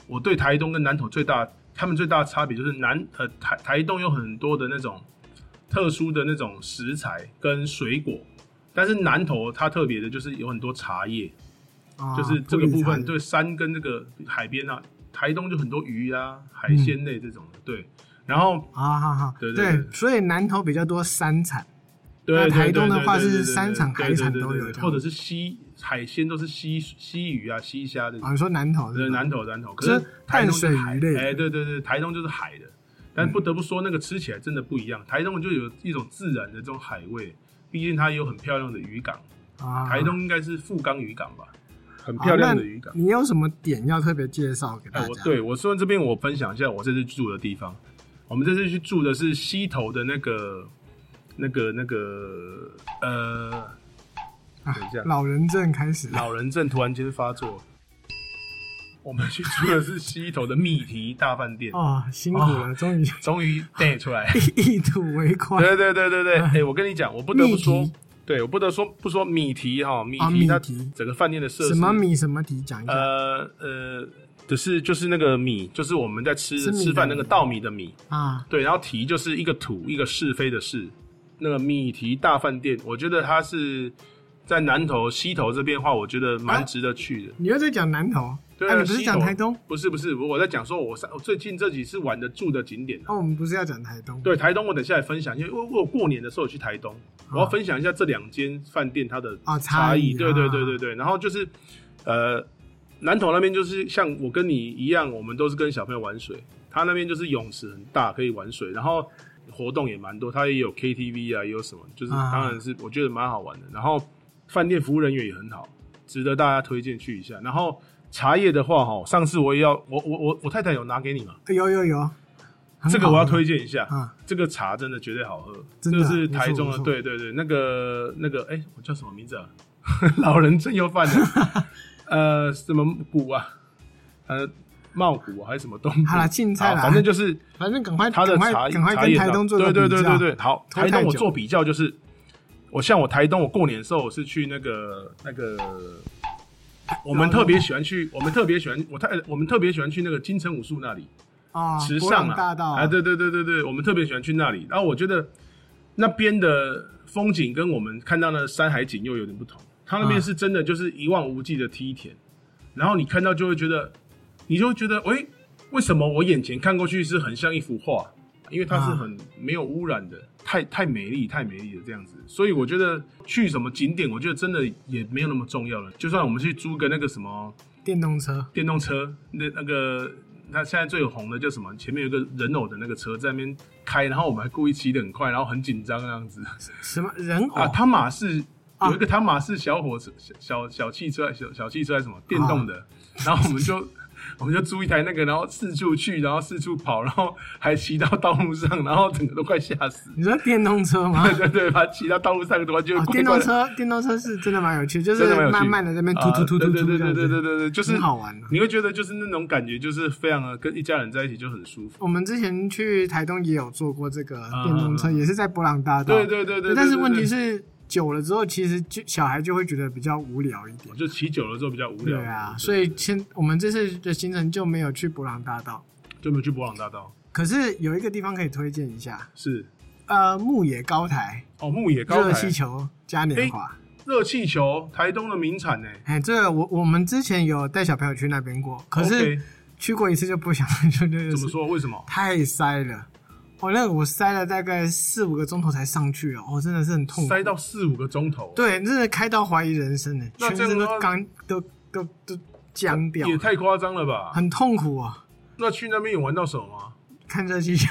Speaker 1: 我对台东跟南投最大，他们最大的差别就是南呃台台东有很多的那种特殊的那种食材跟水果，但是南投它特别的就是有很多茶叶，
Speaker 2: 啊
Speaker 1: 就是这个部分，
Speaker 2: 不
Speaker 1: 对山跟这个海边啊，台东就很多鱼啊、海鲜类这种
Speaker 2: 嗯
Speaker 1: 的，对。然后
Speaker 2: 啊，好好，
Speaker 1: 对对
Speaker 2: 对
Speaker 1: 对，
Speaker 2: 所以南投比较多山产，
Speaker 1: 对，
Speaker 2: 那
Speaker 1: 对
Speaker 2: 台东的
Speaker 1: 对对
Speaker 2: 话
Speaker 1: 对
Speaker 2: 是
Speaker 1: 对对
Speaker 2: 山产
Speaker 1: 对
Speaker 2: 海产
Speaker 1: 对对
Speaker 2: 都
Speaker 1: 对
Speaker 2: 有
Speaker 1: 对
Speaker 2: 这样
Speaker 1: 或者是溪海鲜都是溪溪鱼啊、溪虾这种
Speaker 2: 啊，。你说南投
Speaker 1: 对，
Speaker 2: 是吧
Speaker 1: 南投南投，可
Speaker 2: 就是
Speaker 1: 是台东就是
Speaker 2: 淡水
Speaker 1: 海
Speaker 2: 鱼类的
Speaker 1: 哎，对对对，台东就是海的，但不得不说那个吃起来真的不一样。台东就有一种自然的这种海味，毕竟它有很漂亮的渔港，
Speaker 2: 啊，
Speaker 1: 台东应该是富冈渔港吧，很
Speaker 2: 啊
Speaker 1: 漂亮的渔港
Speaker 2: 那。你有什么点要特别介绍给大
Speaker 1: 哎，
Speaker 2: 家
Speaker 1: 我？对我说这边我分享一下我这次住的地方。我们这次去住的是西头的那个、那个、那个呃，
Speaker 2: 啊
Speaker 1: 等一下，
Speaker 2: 老人症开始了
Speaker 1: 老人症突然间发作。我们去住的是西头的米提大饭店，
Speaker 2: 哦，辛苦了，终于
Speaker 1: 终于带出来。
Speaker 2: 一吐为快
Speaker 1: 对对对对对，哎、我跟你讲，我不得不说
Speaker 2: 嗯米提，
Speaker 1: 对我不得说不说米提哈，米
Speaker 2: 啊
Speaker 1: 提
Speaker 2: 米
Speaker 1: 它
Speaker 2: 提
Speaker 1: 整个饭店的设施，
Speaker 2: 什么米什么提讲一下
Speaker 1: 呃呃，只是就是那个米，就是我们在吃
Speaker 2: 吃米的
Speaker 1: 吃饭那个
Speaker 2: 米
Speaker 1: 稻米的米，
Speaker 2: 啊？
Speaker 1: 对，然后提就是一个土，一个是非的是。那个米提大饭店，我觉得它是在南头西头这边的话，我觉得蛮
Speaker 2: 啊
Speaker 1: 值得去的。
Speaker 2: 你又在讲南投，
Speaker 1: 对啊，
Speaker 2: 啊，你不是
Speaker 1: 西
Speaker 2: 讲
Speaker 1: 头
Speaker 2: 台东？？
Speaker 1: 不是不是，我在讲说我上我最近这几次玩的住的景点啊、
Speaker 2: 哦，我们不是要讲台东？
Speaker 1: 对，台东我等一下也分享，因为我我过年的时候有去台东，我要分享一下这两间饭店它的
Speaker 2: 啊
Speaker 1: 差
Speaker 2: 差
Speaker 1: 异。
Speaker 2: 异
Speaker 1: 对对对
Speaker 2: 啊
Speaker 1: 对对，然后就是呃，南投那边就是像我跟你一样，我们都是跟小朋友玩水，他那边就是泳池很大，可以玩水，然后活动也蛮多，他也有 KTV 啊，也有什么，就是
Speaker 2: 啊
Speaker 1: 当然是我觉得蛮好玩的。然后饭店服务人员也很好，值得大家推荐去一下。然后茶叶的话，哈，上次我也要，我我我我太太有拿给你嘛，
Speaker 2: 有有有，很
Speaker 1: 这个我要
Speaker 2: 好喝
Speaker 1: 推荐一下。
Speaker 2: 啊，
Speaker 1: 这个茶真的绝对好喝，
Speaker 2: 真的啊
Speaker 1: 就是台中的，
Speaker 2: 不错不错
Speaker 1: 对对对，那个那个，哎、我叫什么名字啊？ 老人真又犯 了，呃，什么谷啊，呃，茂谷、啊、还是什么东谷？
Speaker 2: 好啦青菜啦
Speaker 1: 好反正就是
Speaker 2: 反正赶快
Speaker 1: 它的
Speaker 2: 赶快
Speaker 1: 茶
Speaker 2: 赶快
Speaker 1: 茶
Speaker 2: 跟
Speaker 1: 叶
Speaker 2: 台东做个
Speaker 1: 对对
Speaker 2: 比
Speaker 1: 对
Speaker 2: 较
Speaker 1: 对对，好，
Speaker 2: 拖
Speaker 1: 台
Speaker 2: 太
Speaker 1: 东我
Speaker 2: 久
Speaker 1: 做比较就是，我像我台东，我过年的时候我是去那个那个。我们特别喜欢去，我们特别喜欢，我太我们特别喜欢去那个金城武术那里，
Speaker 2: 啊，
Speaker 1: 时
Speaker 2: 博
Speaker 1: 尚
Speaker 2: 朗大道
Speaker 1: 啊，对对对对对，我们特别喜欢去那里。然后我觉得那边的风景跟我们看到的山海景又有点不同，他那边
Speaker 2: 啊
Speaker 1: 是真的就是一望无际的梯田，然后你看到就会觉得，你就会觉得，诶，为什么我眼前看过去是很像一幅画？因为它
Speaker 2: 啊
Speaker 1: 是很没有污染的，太太美丽，太美丽的这样子。所以我觉得去什么景点，我觉得真的也没有那么重要了。就算我们去租个那个什么
Speaker 2: 电动车，
Speaker 1: 电动车，那那个它现在最红的叫什么？前面有一个人偶的那个车在那边开，然后我们还故意骑得很快，然后很紧张那样子。
Speaker 2: 什么人偶
Speaker 1: 啊，汤马士
Speaker 2: 啊
Speaker 1: 有一个汤马士小火车、小小汽车、小小汽车还是什么电动
Speaker 2: 啊
Speaker 1: 的，然后我们就 我们就租一台那个，然后四处去，然后四处跑，然后还骑到道路上，然后整个都快吓死。
Speaker 2: 你说电动车吗？
Speaker 1: 对对对，把它骑到道路上的话，就
Speaker 2: 哦，
Speaker 1: 怪
Speaker 2: 电
Speaker 1: 怪
Speaker 2: 动
Speaker 1: 的。
Speaker 2: 车，电动车是真的蛮有趣的，就
Speaker 1: 真的
Speaker 2: 是
Speaker 1: 蛮有趣
Speaker 2: 慢慢的在那边突
Speaker 1: 啊
Speaker 2: 突突突突，
Speaker 1: 对对对对对
Speaker 2: 对。
Speaker 1: 对对，就是
Speaker 2: 很好玩啊
Speaker 1: 你会觉得就是那种感觉，就是非常的跟一家人在一起就很舒服。
Speaker 2: 我们之前去台东也有坐过这个电动车，
Speaker 1: 嗯
Speaker 2: 也是在博朗大道。
Speaker 1: 对对对对对，
Speaker 2: 但是
Speaker 1: 对
Speaker 2: 问题，
Speaker 1: 对
Speaker 2: 是，久了之后，其实就小孩就会觉得比较无聊一点
Speaker 1: 我。就骑久了之后比较无聊。
Speaker 2: 对啊，所以先我们这次的行程就没有去博朗大道。
Speaker 1: 就没有去博朗大道。
Speaker 2: 可是有一个地方可以推荐一下，
Speaker 1: 是
Speaker 2: 呃，牧野高台、
Speaker 1: 哦，牧野高
Speaker 2: 热
Speaker 1: 台
Speaker 2: 气球嘉年华。
Speaker 1: 热气球，台东的名产呢。
Speaker 2: 哎、这个我我们之前有带小朋友去那边过，可是
Speaker 1: OK，
Speaker 2: 去过一次就不想 就就
Speaker 1: 怎
Speaker 2: 就
Speaker 1: 么
Speaker 2: 是
Speaker 1: 说？为什么？
Speaker 2: 太塞了。我那个我塞了大概四五个钟头才上去哦，哦，真的是很痛苦。
Speaker 1: 塞到四五个钟头，
Speaker 2: 对，真的开到怀疑人生呢，
Speaker 1: 那
Speaker 2: 全
Speaker 1: 这样
Speaker 2: 身
Speaker 1: 的
Speaker 2: 都
Speaker 1: 话
Speaker 2: 刚都都都僵掉
Speaker 1: 也
Speaker 2: 了，
Speaker 1: 太夸张了吧？
Speaker 2: 很痛苦哦。
Speaker 1: 那去那边有玩到手吗？
Speaker 2: 看 热气球，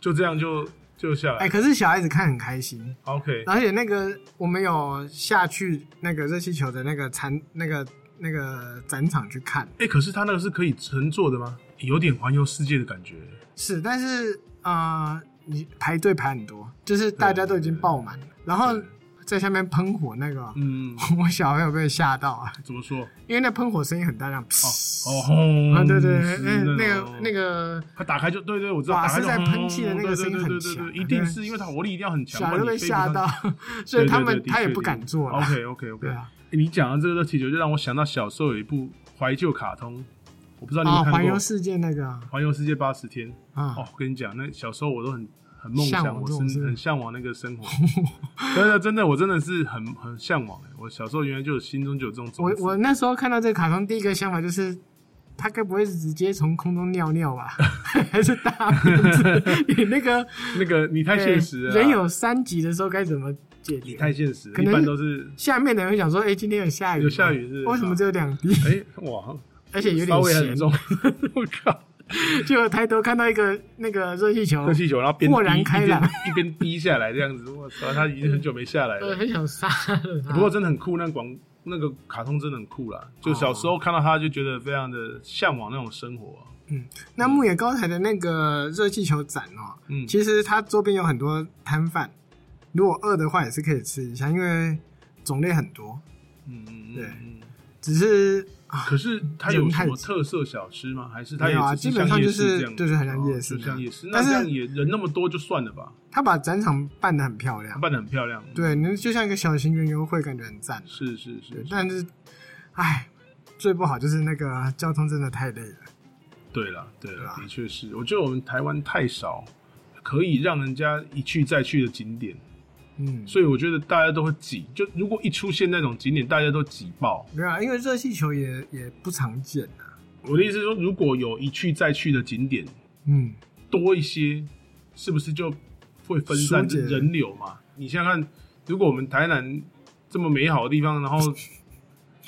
Speaker 1: 就这样就就下来、
Speaker 2: 哎、可是小孩子看很开心，
Speaker 1: OK，
Speaker 2: 而且那个我们有下去那个热气球的那个展那个那个展场去看，
Speaker 1: 哎、可是它那个是可以乘坐的吗？有点环游世界的感觉。
Speaker 2: 是，但是呃，你排队排很多，就是大家都已经爆满了，然后在下面喷火那个，
Speaker 1: 嗯，
Speaker 2: 我小朋友被吓到啊，
Speaker 1: 怎么说？
Speaker 2: 因为那喷火声音很大，这样，噗
Speaker 1: 哦轰！
Speaker 2: 啊，对对，
Speaker 1: 是哦
Speaker 2: 嗯，那个
Speaker 1: 种
Speaker 2: 那，个
Speaker 1: 它打开就对对，我知道，打
Speaker 2: 瓦
Speaker 1: 开
Speaker 2: 斯
Speaker 1: 就
Speaker 2: 在
Speaker 1: 轰
Speaker 2: 喷气的那个声音很
Speaker 1: 对对对对对
Speaker 2: 强
Speaker 1: 一定是因为它火力一定要很强，
Speaker 2: 小
Speaker 1: 不
Speaker 2: 孩
Speaker 1: 然
Speaker 2: 都
Speaker 1: 你
Speaker 2: 被
Speaker 1: 飞不
Speaker 2: 吓
Speaker 1: 上
Speaker 2: 到
Speaker 1: 去。，
Speaker 2: 所以
Speaker 1: 对
Speaker 2: 他
Speaker 1: 对
Speaker 2: 们
Speaker 1: 对的
Speaker 2: 他也
Speaker 1: 确哦
Speaker 2: 不
Speaker 1: 的
Speaker 2: 敢做了。
Speaker 1: OK OK OK，
Speaker 2: 对啊，
Speaker 1: 你讲到这个热气球，就让我想到小时候有一部怀旧卡通，我不知道你有没
Speaker 2: 啊，
Speaker 1: 有看
Speaker 2: 环
Speaker 1: 过
Speaker 2: 游
Speaker 1: 《
Speaker 2: 世界那个啊
Speaker 1: 环游世界八十天》。
Speaker 2: 啊
Speaker 1: 哦，，我跟你讲，那小时候我都很很梦
Speaker 2: 向
Speaker 1: 想，
Speaker 2: 往
Speaker 1: 我
Speaker 2: 这种
Speaker 1: 是
Speaker 2: 事
Speaker 1: 很向往那个生活。真的真的，我真的是很很向往欸。我小时候原来就有心中就有这种
Speaker 2: 我
Speaker 1: 种子。
Speaker 2: 我那时候看到这个卡通，第一个想法就是，他该不会是直接从空中尿尿吧？ 还是大便之？ 你那个
Speaker 1: 那个你 太现实了
Speaker 2: 呃
Speaker 1: 啊，
Speaker 2: 人有三级的时候该怎么解
Speaker 1: 你
Speaker 2: 决？
Speaker 1: 太现实了，
Speaker 2: 可
Speaker 1: 一
Speaker 2: 能
Speaker 1: 般
Speaker 2: 是
Speaker 1: 都是
Speaker 2: 下面的人会想说，哎，今天有下雨吗，
Speaker 1: 有下雨是不是
Speaker 2: 为什么只有两滴？
Speaker 1: 哎哇，
Speaker 2: 而且有
Speaker 1: 稍
Speaker 2: 点
Speaker 1: 微
Speaker 2: 咸
Speaker 1: 很。重。 我靠，
Speaker 2: 就抬头看到一个那个热气 球
Speaker 1: 热，气球，然后边
Speaker 2: 豁然
Speaker 1: 滴一
Speaker 2: 开
Speaker 1: 边
Speaker 2: 朗
Speaker 1: 一边滴下来这样子，我操，他已经很久没下来了
Speaker 2: 呃，。很想杀了他。
Speaker 1: 不过真的很酷，那广那个卡通真的很酷啦。就小时候看到他就觉得非常的向往那种生活啊、
Speaker 2: 那牧野高台的那个热气球展哦，
Speaker 1: 嗯，
Speaker 2: 其实它周边有很多摊贩，如果饿的话也是可以吃一下，因为种类很多。
Speaker 1: 嗯嗯嗯
Speaker 2: 对
Speaker 1: 嗯。
Speaker 2: 只是啊，
Speaker 1: 可是它有
Speaker 2: 人
Speaker 1: 什
Speaker 2: 太
Speaker 1: 么特色小吃吗？还是它
Speaker 2: 没
Speaker 1: 也
Speaker 2: 有啊
Speaker 1: 只
Speaker 2: 基本
Speaker 1: 像
Speaker 2: 上
Speaker 1: 夜
Speaker 2: 就
Speaker 1: 市
Speaker 2: 是
Speaker 1: 这样
Speaker 2: 就是很像夜市
Speaker 1: 哦就
Speaker 2: 那样
Speaker 1: 像夜市。那
Speaker 2: 但是
Speaker 1: 这样也人那么多就算了吧，
Speaker 2: 他把展场办得很漂
Speaker 1: 它
Speaker 2: 亮，
Speaker 1: 办的很漂亮。，
Speaker 2: 对，你就像一个小型园游会，感觉很赞。
Speaker 1: 是是是
Speaker 2: 对，，但是，哎，最不好就是那个交通真的太累了。
Speaker 1: 对了对
Speaker 2: 对
Speaker 1: 了
Speaker 2: 啊，
Speaker 1: 的确是。我觉得我们台湾太少可以让人家一去再去的景点，
Speaker 2: 嗯，
Speaker 1: 所以我觉得大家都会挤。就如果一出现那种景点，大家都挤爆。
Speaker 2: 没有啊，因为热气球也也不常见啊。
Speaker 1: 我的意思是说，如果有一去再去的景点
Speaker 2: 嗯，
Speaker 1: 多一些，是不是就会分散
Speaker 2: 疏解
Speaker 1: 人流嘛？你想想看，如果我们台南这么美好的地方，然后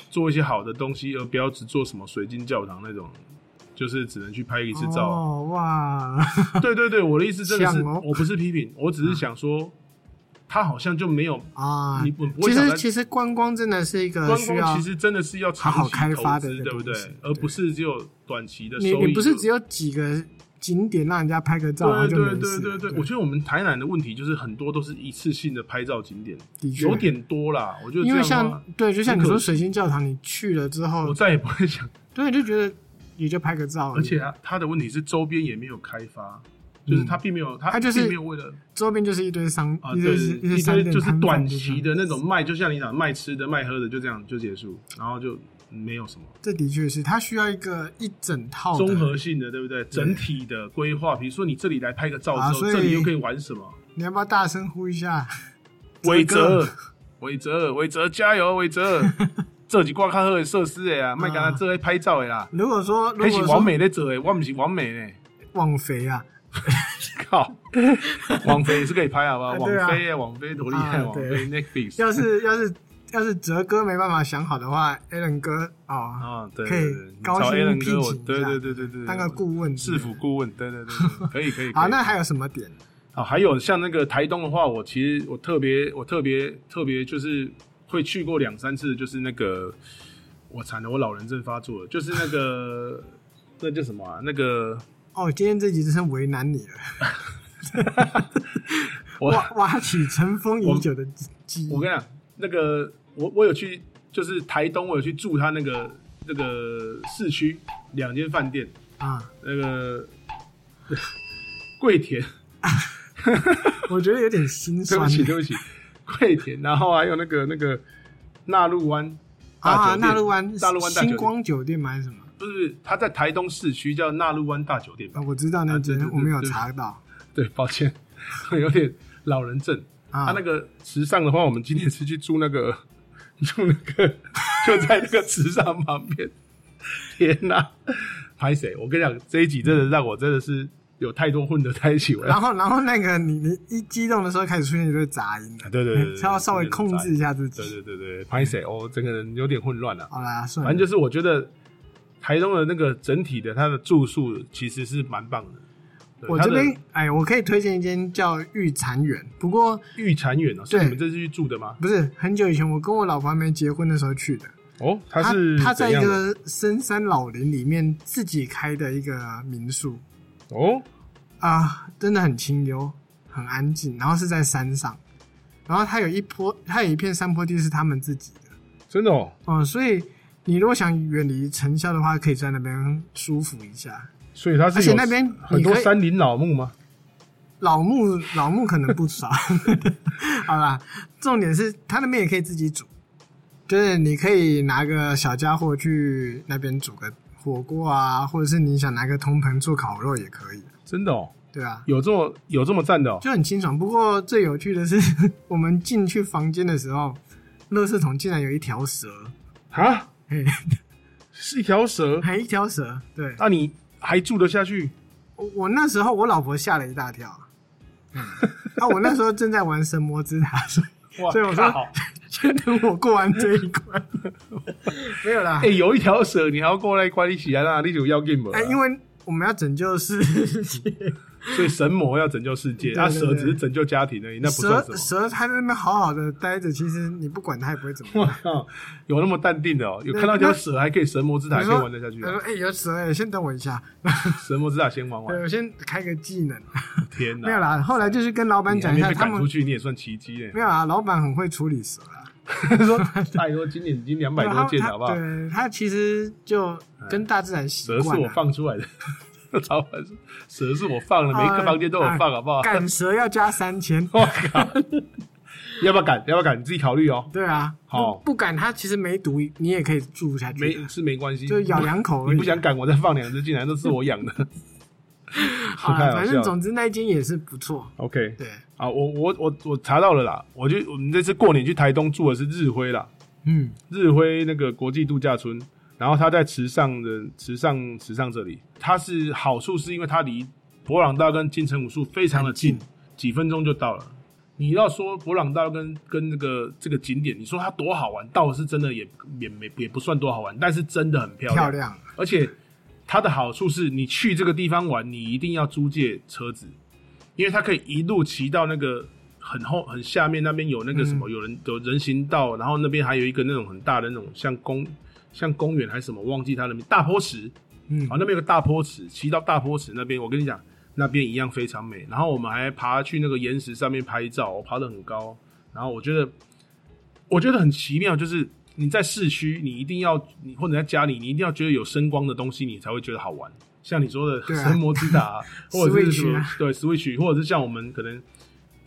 Speaker 1: 做一些好的东西，而不要只做什么水晶教堂那种，就是只能去拍一次啊照。
Speaker 2: 哦哇，
Speaker 1: 对对对，我的意思真的是，
Speaker 2: 像哦嗯
Speaker 1: 我不是批评，我只是想说，他好像就没有
Speaker 2: 啊
Speaker 1: 你，不不
Speaker 2: 其
Speaker 1: 会想
Speaker 2: 实
Speaker 1: 在
Speaker 2: 其实观光真的是一个
Speaker 1: 观
Speaker 2: 嗯需要
Speaker 1: 光，其实真的是要长
Speaker 2: 好好
Speaker 1: 期
Speaker 2: 开
Speaker 1: 投
Speaker 2: 发
Speaker 1: 资
Speaker 2: 的一个
Speaker 1: 对不对
Speaker 2: 东西？
Speaker 1: 而
Speaker 2: 对
Speaker 1: 不是只有短期的收
Speaker 2: 你
Speaker 1: 益。
Speaker 2: 你不是
Speaker 1: 就
Speaker 2: 只有几个景点让人家拍个照，然后
Speaker 1: 对
Speaker 2: 就
Speaker 1: 对
Speaker 2: 没
Speaker 1: 对
Speaker 2: 事
Speaker 1: 对
Speaker 2: 了。
Speaker 1: 对，我觉得我们台南的问题就是很多都是一次性的拍照景点，
Speaker 2: 的确
Speaker 1: 有，点多啦。我觉得
Speaker 2: 因为
Speaker 1: 这样的
Speaker 2: 像
Speaker 1: 话
Speaker 2: 对，就像你
Speaker 1: 很可
Speaker 2: 说水晶教堂，你去了之后
Speaker 1: 我，再也不会想，
Speaker 2: 对，就觉得也就拍个照而已，
Speaker 1: 而且它它的问题是周边也没有开发，就是它并没有它
Speaker 2: 它就是
Speaker 1: 并没有为了
Speaker 2: 周边就是一堆商，
Speaker 1: 啊，
Speaker 2: 一
Speaker 1: 对
Speaker 2: 堆
Speaker 1: 对，
Speaker 2: 堆
Speaker 1: 一
Speaker 2: 商
Speaker 1: 堆
Speaker 2: 店
Speaker 1: 就是
Speaker 2: 摊贩
Speaker 1: 短
Speaker 2: 就这
Speaker 1: 期
Speaker 2: 样
Speaker 1: 的那种卖，就像你讲卖吃的卖喝的就这样就结束，然后就没有什么。
Speaker 2: 这的确是它需要一个一整套的
Speaker 1: 综合性的，对不对？整体的规划，比如说你这里来拍个照
Speaker 2: 啊
Speaker 1: 之后，
Speaker 2: 所以
Speaker 1: 这里又可以玩什么？
Speaker 2: 你要不要大声呼一下？
Speaker 1: 伟
Speaker 2: 哲
Speaker 1: 哲，伟哲，伟哲加油，伟 哲，这几挂看好的设施的啊，卖干他这会拍照的啦，
Speaker 2: 如果说
Speaker 1: 那
Speaker 2: 如
Speaker 1: 是
Speaker 2: 果
Speaker 1: 完
Speaker 2: 说
Speaker 1: 美在做的，我不是完美呢。
Speaker 2: 网肥啊，
Speaker 1: 靠，王菲也是可以拍好不好？
Speaker 2: 啊
Speaker 1: 王
Speaker 2: 对啊
Speaker 1: 菲耶，王菲多厉害，
Speaker 2: 啊
Speaker 1: 王
Speaker 2: 对
Speaker 1: 菲 Netflix
Speaker 2: 要是要是要是哲哥没办法想好的话，Allen 哥啊、
Speaker 1: 啊，对
Speaker 2: 可以
Speaker 1: 对对，你
Speaker 2: 高
Speaker 1: 找
Speaker 2: 薪
Speaker 1: Alan
Speaker 2: 聘
Speaker 1: 哥，我
Speaker 2: 请一
Speaker 1: 对
Speaker 2: 下
Speaker 1: 对对对对，
Speaker 2: 当个顾问之
Speaker 1: 市
Speaker 2: 类
Speaker 1: 府顾问，对对对，对 可以可以。
Speaker 2: 好，
Speaker 1: 可以
Speaker 2: 那还有什么点？
Speaker 1: 啊，还有像那个台东的话，我其实我特别我特别特别就是会去过两三次，就是那个我惨了，我老人症发作了，就是那个 那叫什么啊？那个
Speaker 2: 哦，今天这集真是为难你了，
Speaker 1: 我
Speaker 2: 挖 挖起尘封已久的记忆
Speaker 1: 我跟你讲，那个我我有去，就是台东，我有去住他那个那个市区两间饭店，
Speaker 2: 啊，
Speaker 1: 那个 桂田，
Speaker 2: 我觉得有点心
Speaker 1: 对
Speaker 2: 酸
Speaker 1: 不。起对不起，桂田，然后还有那个那个纳入湾大
Speaker 2: 啊，
Speaker 1: 酒店，
Speaker 2: 纳入湾，
Speaker 1: 纳入湾大酒
Speaker 2: 星
Speaker 1: 店
Speaker 2: 光酒店吗？还是什么？
Speaker 1: 不是，他在台东市区叫纳入湾大酒店吧
Speaker 2: 啊，？我知道那间
Speaker 1: 啊对对，对
Speaker 2: 我没有
Speaker 1: 对
Speaker 2: 查到
Speaker 1: 对，抱歉， 有点老人症。他、
Speaker 2: 啊
Speaker 1: 那。个池上的话，我们今天是去住那个 住那个， 就在那个池上旁边。 天哪、拍谁？我跟你讲，这一集真的让我真的是有太多混得在一起了。
Speaker 2: 然后， 然后那个你你一激动的时候开始出现一堆杂音，
Speaker 1: 啊对对对对对
Speaker 2: 要 稍微控制一下自
Speaker 1: 对
Speaker 2: 己。
Speaker 1: 对对对，拍谁？哦，整个人有点混乱了、啊
Speaker 2: 好啦，算
Speaker 1: 反正，
Speaker 2: 了
Speaker 1: 就是我觉得台东的那个整体的它的住宿其实是蛮棒的。对
Speaker 2: 我
Speaker 1: 它
Speaker 2: 这
Speaker 1: 的
Speaker 2: 边哎，我可以推荐一间叫御禅园，不过
Speaker 1: 御禅园哦，是
Speaker 2: 对
Speaker 1: 你们这次去住的吗？
Speaker 2: 不是很久以前，我跟我老婆还没结婚的时候去的。
Speaker 1: 哦，它
Speaker 2: 她
Speaker 1: 是
Speaker 2: 她
Speaker 1: 怎
Speaker 2: 在一
Speaker 1: 样的
Speaker 2: 个深山老林里面自己开的一个民宿
Speaker 1: 哦，
Speaker 2: 啊，真的很清幽，很安静。然后是在山上，然后它有一坡，它有一片山坡地是他们自己的。
Speaker 1: 真的哦，
Speaker 2: 哦，所以你如果想远离尘嚣的话，可以在那边舒服一下。
Speaker 1: 所以它是
Speaker 2: 而且
Speaker 1: 有
Speaker 2: 那边
Speaker 1: 很
Speaker 2: 你
Speaker 1: 多
Speaker 2: 可以
Speaker 1: 山林老木吗？
Speaker 2: 老木老木可能不少，好啦，重点是它那边也可以自己煮，就是你可以拿个小家伙去那边煮个火锅啊，或者是你想拿个铜盆做烤肉也可以，
Speaker 1: 真的哦，
Speaker 2: 对啊，
Speaker 1: 有这么有这么赞的哦，
Speaker 2: 就很清爽。不过最有趣的是， 我们进去房间的时候，垃圾桶竟然有一条蛇，
Speaker 1: 啊，
Speaker 2: 嘿，
Speaker 1: 是一条蛇，
Speaker 2: 还一条蛇，对，
Speaker 1: 那、你还住得下去？
Speaker 2: 我我那时候我老婆吓了一大跳，嗯，啊，我那时候正在玩神魔之塔，所以
Speaker 1: 哇
Speaker 2: 所以我说
Speaker 1: 靠
Speaker 2: 先等我过完这一关，没有啦
Speaker 1: 哎、，有一条蛇，你还要过来管理起来啦，你就要 game 了。
Speaker 2: 哎、因为我们要拯救世界，
Speaker 1: 所以神魔要拯救世界，
Speaker 2: 对
Speaker 1: 那、
Speaker 2: 对
Speaker 1: 蛇
Speaker 2: 对
Speaker 1: 只是拯救家庭而已， 那不算
Speaker 2: 蛇
Speaker 1: 什么。
Speaker 2: 蛇它在那边好好的待着，其实你不管它也不 会怎么
Speaker 1: 我
Speaker 2: 样。
Speaker 1: 靠，有那么淡定的哦？有
Speaker 2: 对
Speaker 1: 看到一条
Speaker 2: 那
Speaker 1: 蛇还可以神魔之塔还
Speaker 2: 你
Speaker 1: 可以
Speaker 2: 说
Speaker 1: 玩得下去
Speaker 2: 他
Speaker 1: 啊、
Speaker 2: 说：“哎、有蛇哎、先等我一下，
Speaker 1: 神魔之塔先玩
Speaker 2: 对
Speaker 1: 玩，
Speaker 2: 我先开个技能。
Speaker 1: 天”哪！
Speaker 2: 没有啦，后来就是跟老板
Speaker 1: 你还
Speaker 2: 讲一
Speaker 1: 没
Speaker 2: 下，
Speaker 1: 被
Speaker 2: 他
Speaker 1: 赶
Speaker 2: 们
Speaker 1: 出去，你也算奇迹嘞
Speaker 2: 没。有啦，老板很会处理蛇啦。
Speaker 1: 说太多，今年已经两百多件了，好不好
Speaker 2: 他？对，他其实就跟大自然习
Speaker 1: 蛇是
Speaker 2: 惯
Speaker 1: 我
Speaker 2: 了。
Speaker 1: 放出来的，老板说蛇是我放的，每
Speaker 2: 哎
Speaker 1: 一个房间都有放，好不好？
Speaker 2: 赶蛇要加
Speaker 1: ，
Speaker 2: 三千
Speaker 1: 我靠！要不要赶？要不要赶？你自己考虑哦。
Speaker 2: 对啊，
Speaker 1: 好
Speaker 2: 不不赶它其实没毒，你也可以住下去
Speaker 1: 没
Speaker 2: 的，
Speaker 1: 是没关系，
Speaker 2: 就咬两口而已。
Speaker 1: 你不想赶，我再放两只进来，都是我养的。
Speaker 2: 好
Speaker 1: 太
Speaker 2: 啦
Speaker 1: 好笑
Speaker 2: 反正
Speaker 1: 了
Speaker 2: 总之那一间也是不错。
Speaker 1: OK，
Speaker 2: 对，
Speaker 1: 啊，我我我我查到了啦，我就我们这次过年去台东住的是日辉啦，
Speaker 2: 嗯，
Speaker 1: 日辉那个国际度假村，然后它在池上的池上池上这里，它是好处是因为它离博朗大跟金城武术非常的近
Speaker 2: 很，近
Speaker 1: 几分钟就到了。你要说博朗大跟跟那个这个景点，你说它多好玩，倒是真的也也没也不算多好玩，但是真的很漂亮。
Speaker 2: 漂亮。
Speaker 1: 而且它的好处是你去这个地方玩，你一定要租借车子，因为它可以一路骑到那个很后很下面那边有那个什么，有人有人行道，然后那边还有一个那种很大的那种像公像公园还是什么，忘记它的名大坡池，
Speaker 2: 嗯
Speaker 1: 啊，那边有个大坡池，骑到大坡池那边，我跟你讲，那边一样非常美。然后我们还爬去那个岩石上面拍照，我爬得很高。然后我觉得，我觉得很奇妙，就是你在市区，你一定要，你或者在家里，你一定要觉得有声光的东西，你才会觉得好玩。像你说的
Speaker 2: 对啊
Speaker 1: 神魔之塔啊、或者是什
Speaker 2: Switch
Speaker 1: 么
Speaker 2: 啊
Speaker 1: 对 Switch，或者是像我们可能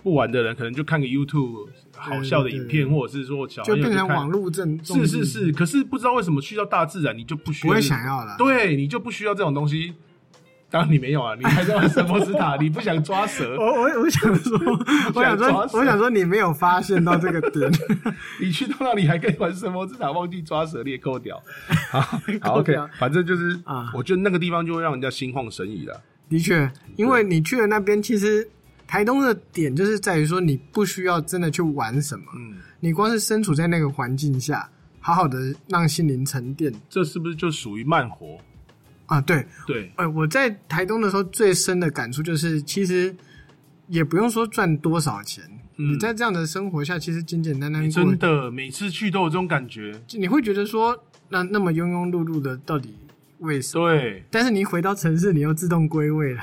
Speaker 1: 不玩的人，可能就看个 YouTube 好笑的影片，
Speaker 2: 对对对
Speaker 1: 或者是说小朋友
Speaker 2: 就变
Speaker 1: 去
Speaker 2: 成
Speaker 1: 看
Speaker 2: 网络正中
Speaker 1: 是是，
Speaker 2: 立
Speaker 1: 是，可是不知道为什么去到大自然，你就不需
Speaker 2: 不
Speaker 1: 要
Speaker 2: 会
Speaker 1: 这种
Speaker 2: 想要了。
Speaker 1: 对你就不需要这种东西。当然你没有啊，你还在玩神魔之 塔，你不想抓蛇，
Speaker 2: 我我我想 说，我想说，
Speaker 1: 抓蛇
Speaker 2: 我想说，你没有发现到这个 点，
Speaker 1: 你去到那里还可以玩神魔之塔，忘记抓蛇猎扣 掉。好好
Speaker 2: 扣
Speaker 1: ，OK，
Speaker 2: 掉
Speaker 1: 反正就是
Speaker 2: 啊
Speaker 1: 我觉得那个地方就会让人家心旷神怡了。
Speaker 2: 的确，因为你去了那边，其实台东的点就是在于说，你不需要真的去玩什么，
Speaker 1: 嗯，
Speaker 2: 你光是身处在那个环境下，好好的让心灵沉淀
Speaker 1: 这是不是就属于慢活？
Speaker 2: 啊。对，
Speaker 1: 对，
Speaker 2: 呃，我在台东的时候最深的感触就是，其实也不用说赚多少钱，
Speaker 1: 嗯
Speaker 2: 你在这样的生活下，其实简简单单过
Speaker 1: 真，的每次去都有这种感觉。
Speaker 2: 你会觉得说，那那么庸庸碌碌的到底为什么？
Speaker 1: 对，
Speaker 2: 但是你一回到城市，你又自动归位了，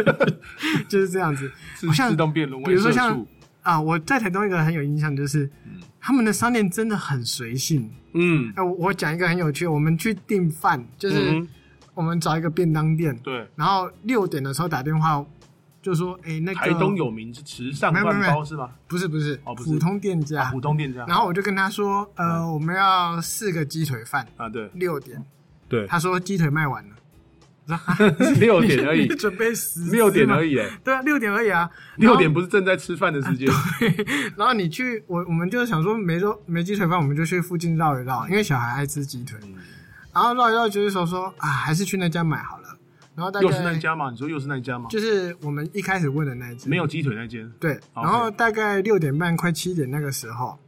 Speaker 2: 就是这样子
Speaker 1: 是
Speaker 2: 好像
Speaker 1: 自动变沦
Speaker 2: 比
Speaker 1: 为
Speaker 2: 如说
Speaker 1: 社
Speaker 2: 像
Speaker 1: 畜。
Speaker 2: 啊！我在台东一个很有印象，就是、他们的商店真的很随性。
Speaker 1: 嗯，
Speaker 2: 哎、我我讲一个很有趣，我们去订饭，就是
Speaker 1: 嗯
Speaker 2: 我们找一个便当店，
Speaker 1: 对，
Speaker 2: 然后六点的时候打电话，就说：“哎、那个
Speaker 1: 台东有名是池上
Speaker 2: 没有
Speaker 1: 万
Speaker 2: 没有没有
Speaker 1: 包是吗？
Speaker 2: 不是不是、
Speaker 1: 哦不是
Speaker 2: 普通店家、
Speaker 1: 啊普通嗯店家
Speaker 2: 然后我就跟他说：“呃，我们要四个鸡腿饭，
Speaker 1: 啊，对
Speaker 2: 六点。”
Speaker 1: 对，
Speaker 2: 他说鸡腿卖完了，
Speaker 1: 六点而已
Speaker 2: 你， 准备十
Speaker 1: 六点而
Speaker 2: 已，
Speaker 1: 已，哎，
Speaker 2: 对啊，六点而已啊，
Speaker 1: 六点不是正在吃饭的时间？
Speaker 2: 然后你 去，我我们就想说没肉没鸡腿饭，我们就去附近绕一绕，因为小孩爱吃鸡腿。
Speaker 1: 嗯
Speaker 2: 然后绕一绕，就是说说啊，还是去那家买好了。然后大概
Speaker 1: 又是那一家吗？你说又是那一家吗？
Speaker 2: 就是我们一开始问的那一家，
Speaker 1: 没有鸡腿那间，
Speaker 2: 对。然后大概六点半快七点那个时候，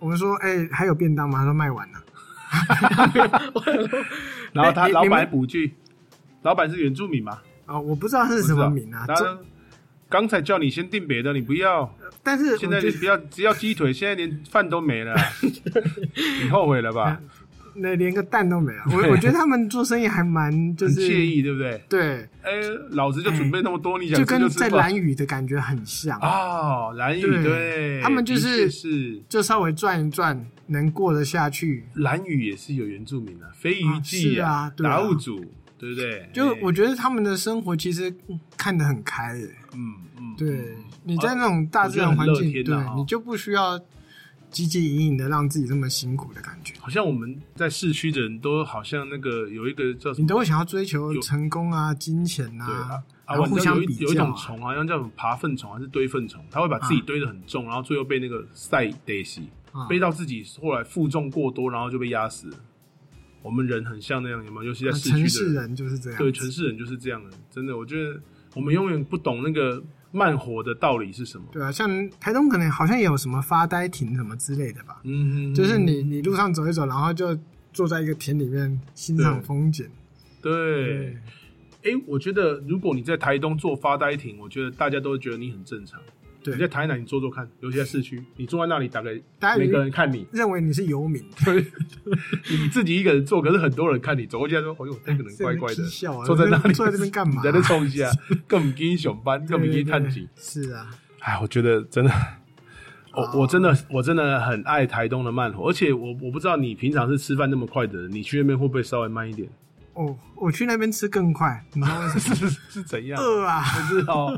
Speaker 2: 我们说哎、还有便当吗？他说卖完了。
Speaker 1: 然后他
Speaker 2: 哎你
Speaker 1: 老板
Speaker 2: 你们
Speaker 1: 还补句，老板是原住民嘛？
Speaker 2: 啊、我不知道他是什么名啊，
Speaker 1: 他
Speaker 2: 这
Speaker 1: 刚才叫你先订别的，你不要，
Speaker 2: 但是
Speaker 1: 现在
Speaker 2: 我
Speaker 1: 你
Speaker 2: 就
Speaker 1: 不要，只要鸡腿，现在连饭都没 了，啊你后悔了
Speaker 2: 啊
Speaker 1: 吧？
Speaker 2: 那连个蛋都没有。我 我觉得他们做生意还蛮就
Speaker 1: 很
Speaker 2: 是
Speaker 1: 惬，意，对不对？
Speaker 2: 对，
Speaker 1: 哎，老子就准备那么多，你想
Speaker 2: 就
Speaker 1: 吃
Speaker 2: 跟
Speaker 1: 吃
Speaker 2: 在
Speaker 1: 吧
Speaker 2: 蓝雨的感觉很像。
Speaker 1: 哦，蓝雨
Speaker 2: 对
Speaker 1: 对，
Speaker 2: 他们就
Speaker 1: 的
Speaker 2: 是
Speaker 1: 确是
Speaker 2: 就稍微转一转，能过得下去。
Speaker 1: 蓝雨也是有原住民啊，非遗
Speaker 2: 啊是
Speaker 1: 记
Speaker 2: 啊对啊
Speaker 1: 达悟族，对不对？
Speaker 2: 就
Speaker 1: 哎
Speaker 2: 我觉得他们的生活其实嗯看得很开耶。
Speaker 1: 嗯嗯，
Speaker 2: 对
Speaker 1: 嗯，
Speaker 2: 你在那种大自然环
Speaker 1: 我觉得很
Speaker 2: 境，
Speaker 1: 乐天啊
Speaker 2: 对
Speaker 1: 哦
Speaker 2: 你就不需要汲汲营营的让自己这么辛苦的感觉。
Speaker 1: 好像我们在市区的人都好像那个有一个叫什
Speaker 2: 你
Speaker 1: 么？
Speaker 2: 都会想要追求
Speaker 1: 有
Speaker 2: 成功啊、金钱
Speaker 1: 对啊
Speaker 2: 啊，，
Speaker 1: 啊，
Speaker 2: 然后
Speaker 1: 我
Speaker 2: 互
Speaker 1: 知道
Speaker 2: 相
Speaker 1: 有一
Speaker 2: 比
Speaker 1: 有一
Speaker 2: 较
Speaker 1: 种
Speaker 2: 啊。
Speaker 1: 虫，好像叫什么爬粪虫还是堆粪虫，它会把自己堆得很重，然后最后被那个晒得死，
Speaker 2: 啊
Speaker 1: 背到自己后来负重过多，然后就被压死了。我们人很像那样，有没有？尤其在
Speaker 2: 啊
Speaker 1: 市
Speaker 2: 城
Speaker 1: 区的
Speaker 2: 市人就是这样，
Speaker 1: 对，城市人就是这样的，真的，我觉得我们永远不懂那个慢活的道理是什么。
Speaker 2: 对啊，像台东可能好像也有什么发呆亭什么之类的吧，
Speaker 1: 嗯，
Speaker 2: 就是你你路上走一走，然后就坐在一个田里面欣赏
Speaker 1: 对
Speaker 2: 风景。
Speaker 1: 对，哎、我觉得如果你在台东做发呆亭，我觉得大家都会觉得你很正常。
Speaker 2: 对
Speaker 1: 你在台南你做做看，尤其在市区，你坐在那里，大概
Speaker 2: 大家
Speaker 1: 每
Speaker 2: 以为
Speaker 1: 个人看你，
Speaker 2: 认为你是游民，
Speaker 1: 你自己一个人做，可是很多人看你，走过去他说：“哎呦，那个人怪怪的
Speaker 2: 这人在，嬉笑啊
Speaker 1: 坐在那里，
Speaker 2: 坐在这边干嘛
Speaker 1: 你在那冲一 下，更不跟熊班，更不跟探景。
Speaker 2: 是啊，
Speaker 1: 哎，我觉得真的，我、
Speaker 2: 啊
Speaker 1: 我真的我真的很爱台东的慢活，而且我我不知道你平常是吃饭那么快的人，你去那边会不会稍微慢一点？
Speaker 2: 哦，我去那边吃更快，你知道为什么？
Speaker 1: 是是怎 样？
Speaker 2: 饿啊！
Speaker 1: 不是哦，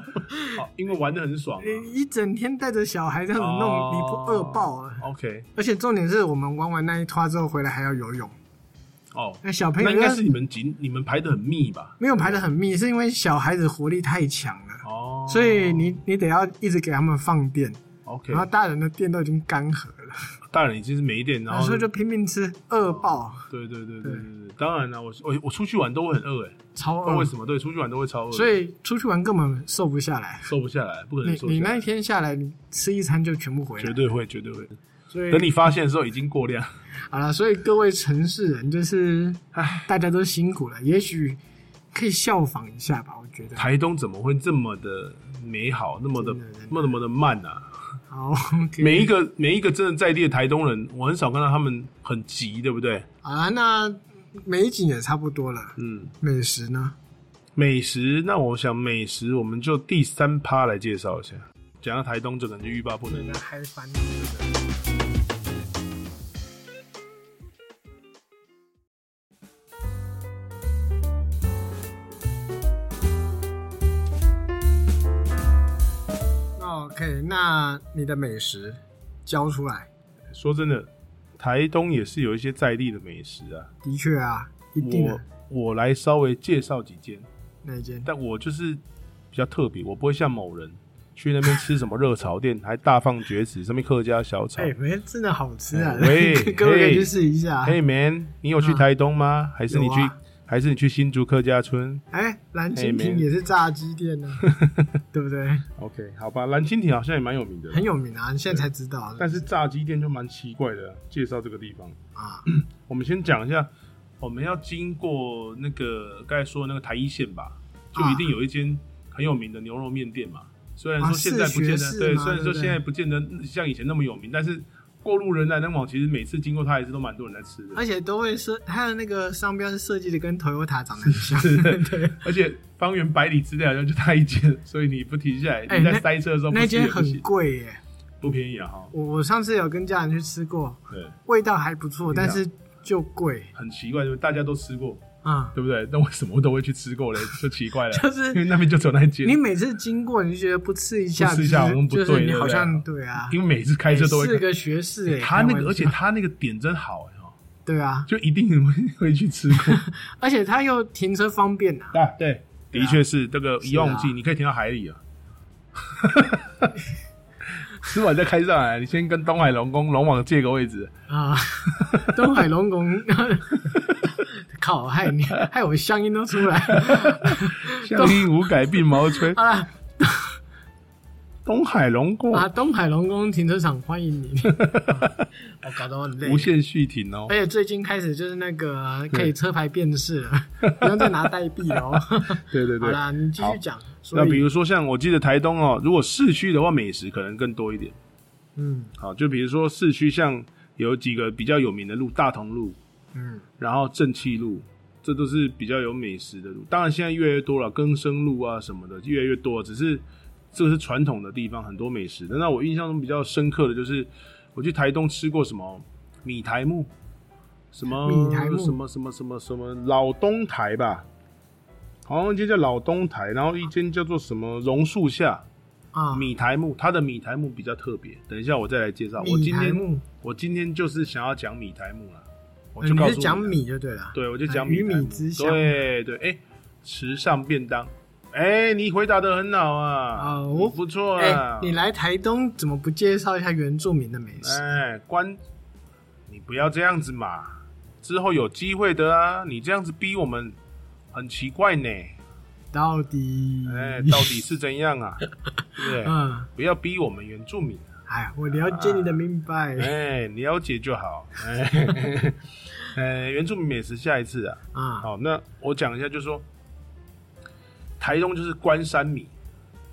Speaker 1: 哦，因为玩的很爽、啊，
Speaker 2: 你一整天带着小孩这样子弄，
Speaker 1: 哦
Speaker 2: 你不饿爆啊？
Speaker 1: OK，
Speaker 2: 而且重点是我们玩完那一趟之后回来还要游泳，
Speaker 1: 哦，
Speaker 2: 那小朋友
Speaker 1: 那应该是你们紧，你们排的很密吧？
Speaker 2: 没有排的很密，是因为小孩子活力太强了，
Speaker 1: 哦，
Speaker 2: 所以你啊你得要一直给他们放电，
Speaker 1: OK，
Speaker 2: 然后大人的电都已经干涸了，
Speaker 1: 大人已经是没电，然后
Speaker 2: 啊所以就拼命吃，饿爆，
Speaker 1: 对对对对
Speaker 2: 对
Speaker 1: 对对，当然了，我我我出去玩都会很饿哎、欸，
Speaker 2: 超
Speaker 1: 不知道为
Speaker 2: 饿，
Speaker 1: 什么？对，出去玩都会超饿，
Speaker 2: 所以出去玩根本瘦不下来。
Speaker 1: 瘦不下来，不可能
Speaker 2: 你
Speaker 1: 瘦
Speaker 2: 你
Speaker 1: 下
Speaker 2: 那一
Speaker 1: 来，
Speaker 2: 天下来，你吃一餐就全部回来，
Speaker 1: 绝对会，绝对会。
Speaker 2: 所以
Speaker 1: 等你发现的时候已经过量，
Speaker 2: 好了，所以各位城市人，就是唉大家都辛苦
Speaker 1: 嗯
Speaker 2: 了，也许可以效仿一下吧，我觉得。
Speaker 1: 台东怎么会这么的美好，那么的
Speaker 2: 真的真的嗯
Speaker 1: 那么那么的慢啊？
Speaker 2: 好，OK，
Speaker 1: 每一个每一个真的在地的台东人，我很少看到他们很急，对不对？
Speaker 2: 好啦，那美景也差不多了，
Speaker 1: 嗯，
Speaker 2: 美食呢？
Speaker 1: 美食，那我想美食我们就第三趴来介绍一下。讲到台东，整个人就欲罢不能
Speaker 2: 应。该嗨翻了对不对那 OK，那你的美食交出来，
Speaker 1: 说真的，台东也是有一些在地的美食啊。
Speaker 2: 的确啊，一定的
Speaker 1: 我我来稍微介绍几间。
Speaker 2: 那一间，
Speaker 1: 但我就是比较特别，我不会像某人去那边吃什么热炒店，还大放厥词，什么客家小炒。
Speaker 2: 哎、没真的好吃啊！
Speaker 1: 哎喂
Speaker 2: 各位可以
Speaker 1: 嘿
Speaker 2: 去试一下。啊
Speaker 1: Hey man，你有去
Speaker 2: 哎嗯
Speaker 1: 台东吗？还是你去
Speaker 2: 有啊？
Speaker 1: 还是你去新竹客家村
Speaker 2: 哎，蓝
Speaker 1: 哎
Speaker 2: 蜻
Speaker 1: 没
Speaker 2: 蜓也是炸鸡 店呢、对不对？
Speaker 1: ？OK，好吧，蓝蜻蜓好像也蛮有名的，
Speaker 2: 很有名啊，你现在才知道。
Speaker 1: 但是炸鸡店就蛮奇怪的。介绍这个地方，
Speaker 2: 啊，
Speaker 1: 我们先讲一下，我们要经过那个刚才说的那个台一线吧，就
Speaker 2: 啊
Speaker 1: 一定有一间很有名的牛肉面店嘛。虽然
Speaker 2: 啊
Speaker 1: 说现在不见
Speaker 2: 是
Speaker 1: 得、
Speaker 2: 学士
Speaker 1: 对，
Speaker 2: 吗
Speaker 1: 虽然
Speaker 2: 对
Speaker 1: 说
Speaker 2: 不对
Speaker 1: 现在不见得像以前那么有名，但是过路人来人往，其实每次经过它还是都蛮多人在吃的。
Speaker 2: 而且都会设，它的那个商标是设计的跟 Toyota 长得很像。 对，
Speaker 1: 而且方圆百里之内好像就它一间，所以你不停下来，
Speaker 2: 哎
Speaker 1: 你在
Speaker 2: 那
Speaker 1: 塞车的时候不
Speaker 2: 那
Speaker 1: 吃也
Speaker 2: 间
Speaker 1: 不
Speaker 2: 很
Speaker 1: 行，
Speaker 2: 贵耶，
Speaker 1: 不便宜啊哈。
Speaker 2: 我我上次有跟家人去吃过，
Speaker 1: 对，
Speaker 2: 味道还不错，但是就贵
Speaker 1: 很奇怪，就是大家都吃过，
Speaker 2: 啊。
Speaker 1: 对不对？那为什么我都会去吃过嘞？就奇怪了，
Speaker 2: 就是
Speaker 1: 因为那边就走那一间，
Speaker 2: 你每次经过，你就觉得不吃一下，
Speaker 1: 不吃一下
Speaker 2: 就是
Speaker 1: 好像不对
Speaker 2: 就是你
Speaker 1: 对不对
Speaker 2: 好像对啊，
Speaker 1: 因为每次开车都会
Speaker 2: 是
Speaker 1: 看。
Speaker 2: 个学士哎，
Speaker 1: 他那
Speaker 2: 开
Speaker 1: 个，
Speaker 2: 玩笑
Speaker 1: 而且他那个点真好哎、哦
Speaker 2: 对啊，
Speaker 1: 就一定会会去吃 过。
Speaker 2: 而且他又停车方便啊，
Speaker 1: 啊，对，的确是这个一旺季，
Speaker 2: 是啊
Speaker 1: 你可以停到海里 啊。吃完再开上来，你先跟东海龙宫龙王借个位置。
Speaker 2: 啊，东海龙宫， 靠，害你害我乡音都出来了。
Speaker 1: 乡音无改鬓毛 衰。
Speaker 2: 好了
Speaker 1: 东海龙宫
Speaker 2: 啊，东海龙宫停车场欢 迎你。我搞得我很累
Speaker 1: 无。限续停哦
Speaker 2: 而。且最近开始就是那个可以车牌辨识了，不用再拿代币了哦。
Speaker 1: 对 对
Speaker 2: 好
Speaker 1: 对。
Speaker 2: 啦，你继
Speaker 1: 好
Speaker 2: 续讲。
Speaker 1: 那
Speaker 2: 所
Speaker 1: 比
Speaker 2: 以，
Speaker 1: 如说像我记得台东哦，如果市区的话，美食可能更多一点。
Speaker 2: 嗯
Speaker 1: 好，就比如说市区像有几个比较有名的路，大同路，
Speaker 2: 嗯，
Speaker 1: 然后正气路，这都是比较有美食的路。当然，现在越来越多了，更生路啊什么的越来越多了，只是这是传统的地方，很多美食的。那我印象中比较深刻的就是我去台东吃过什么米台木，什么
Speaker 2: 米苔目
Speaker 1: 什么什么什么什么老东台吧，好像一间叫老东台，然后一间叫做什么榕树下
Speaker 2: 啊，
Speaker 1: 米台木，它的米台木比较特别。等一下我再来介绍。我
Speaker 2: 米
Speaker 1: 今
Speaker 2: 台
Speaker 1: 天
Speaker 2: 木，
Speaker 1: 我今天就是想要讲米台木了，我
Speaker 2: 呃
Speaker 1: 就
Speaker 2: 你
Speaker 1: 告
Speaker 2: 是
Speaker 1: 诉
Speaker 2: 讲
Speaker 1: 你
Speaker 2: 米就对了。
Speaker 1: 对，我就
Speaker 2: 啊
Speaker 1: 讲
Speaker 2: 鱼
Speaker 1: 苔
Speaker 2: 米
Speaker 1: 目
Speaker 2: 之乡
Speaker 1: 对对，哎、时尚便当，哎、你回答的很好啊，
Speaker 2: 哦
Speaker 1: 你不错啊
Speaker 2: 哎，，你来台东怎么不介绍一下原住民的美食？
Speaker 1: 哎、关，你不要这样子嘛，之后有机会的啊，你这样子逼我们很奇怪呢，
Speaker 2: 到底？
Speaker 1: 哎、到底是怎样啊？对不对？
Speaker 2: 嗯，
Speaker 1: 不要逼我们原住民，
Speaker 2: 哎，我了解你的明白
Speaker 1: 啊哎、你了解就好，哎、 哎原住民美食下一次啊。
Speaker 2: 啊。
Speaker 1: 好，那我讲一下，就是说，台东就是关山米、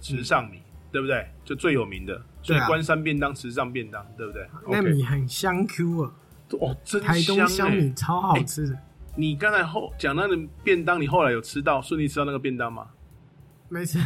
Speaker 1: 池上米，对不对？就最有名的，所以
Speaker 2: 对啊
Speaker 1: 关山便当、池上便当，对不对？
Speaker 2: 那
Speaker 1: OK
Speaker 2: 米很香 Q 啊，
Speaker 1: 哦，真
Speaker 2: 台东
Speaker 1: 香
Speaker 2: 香
Speaker 1: 欸
Speaker 2: 米超好吃的，
Speaker 1: 你刚才后讲那个便当，你后来有吃到顺利吃到那个便当吗？
Speaker 2: 没事。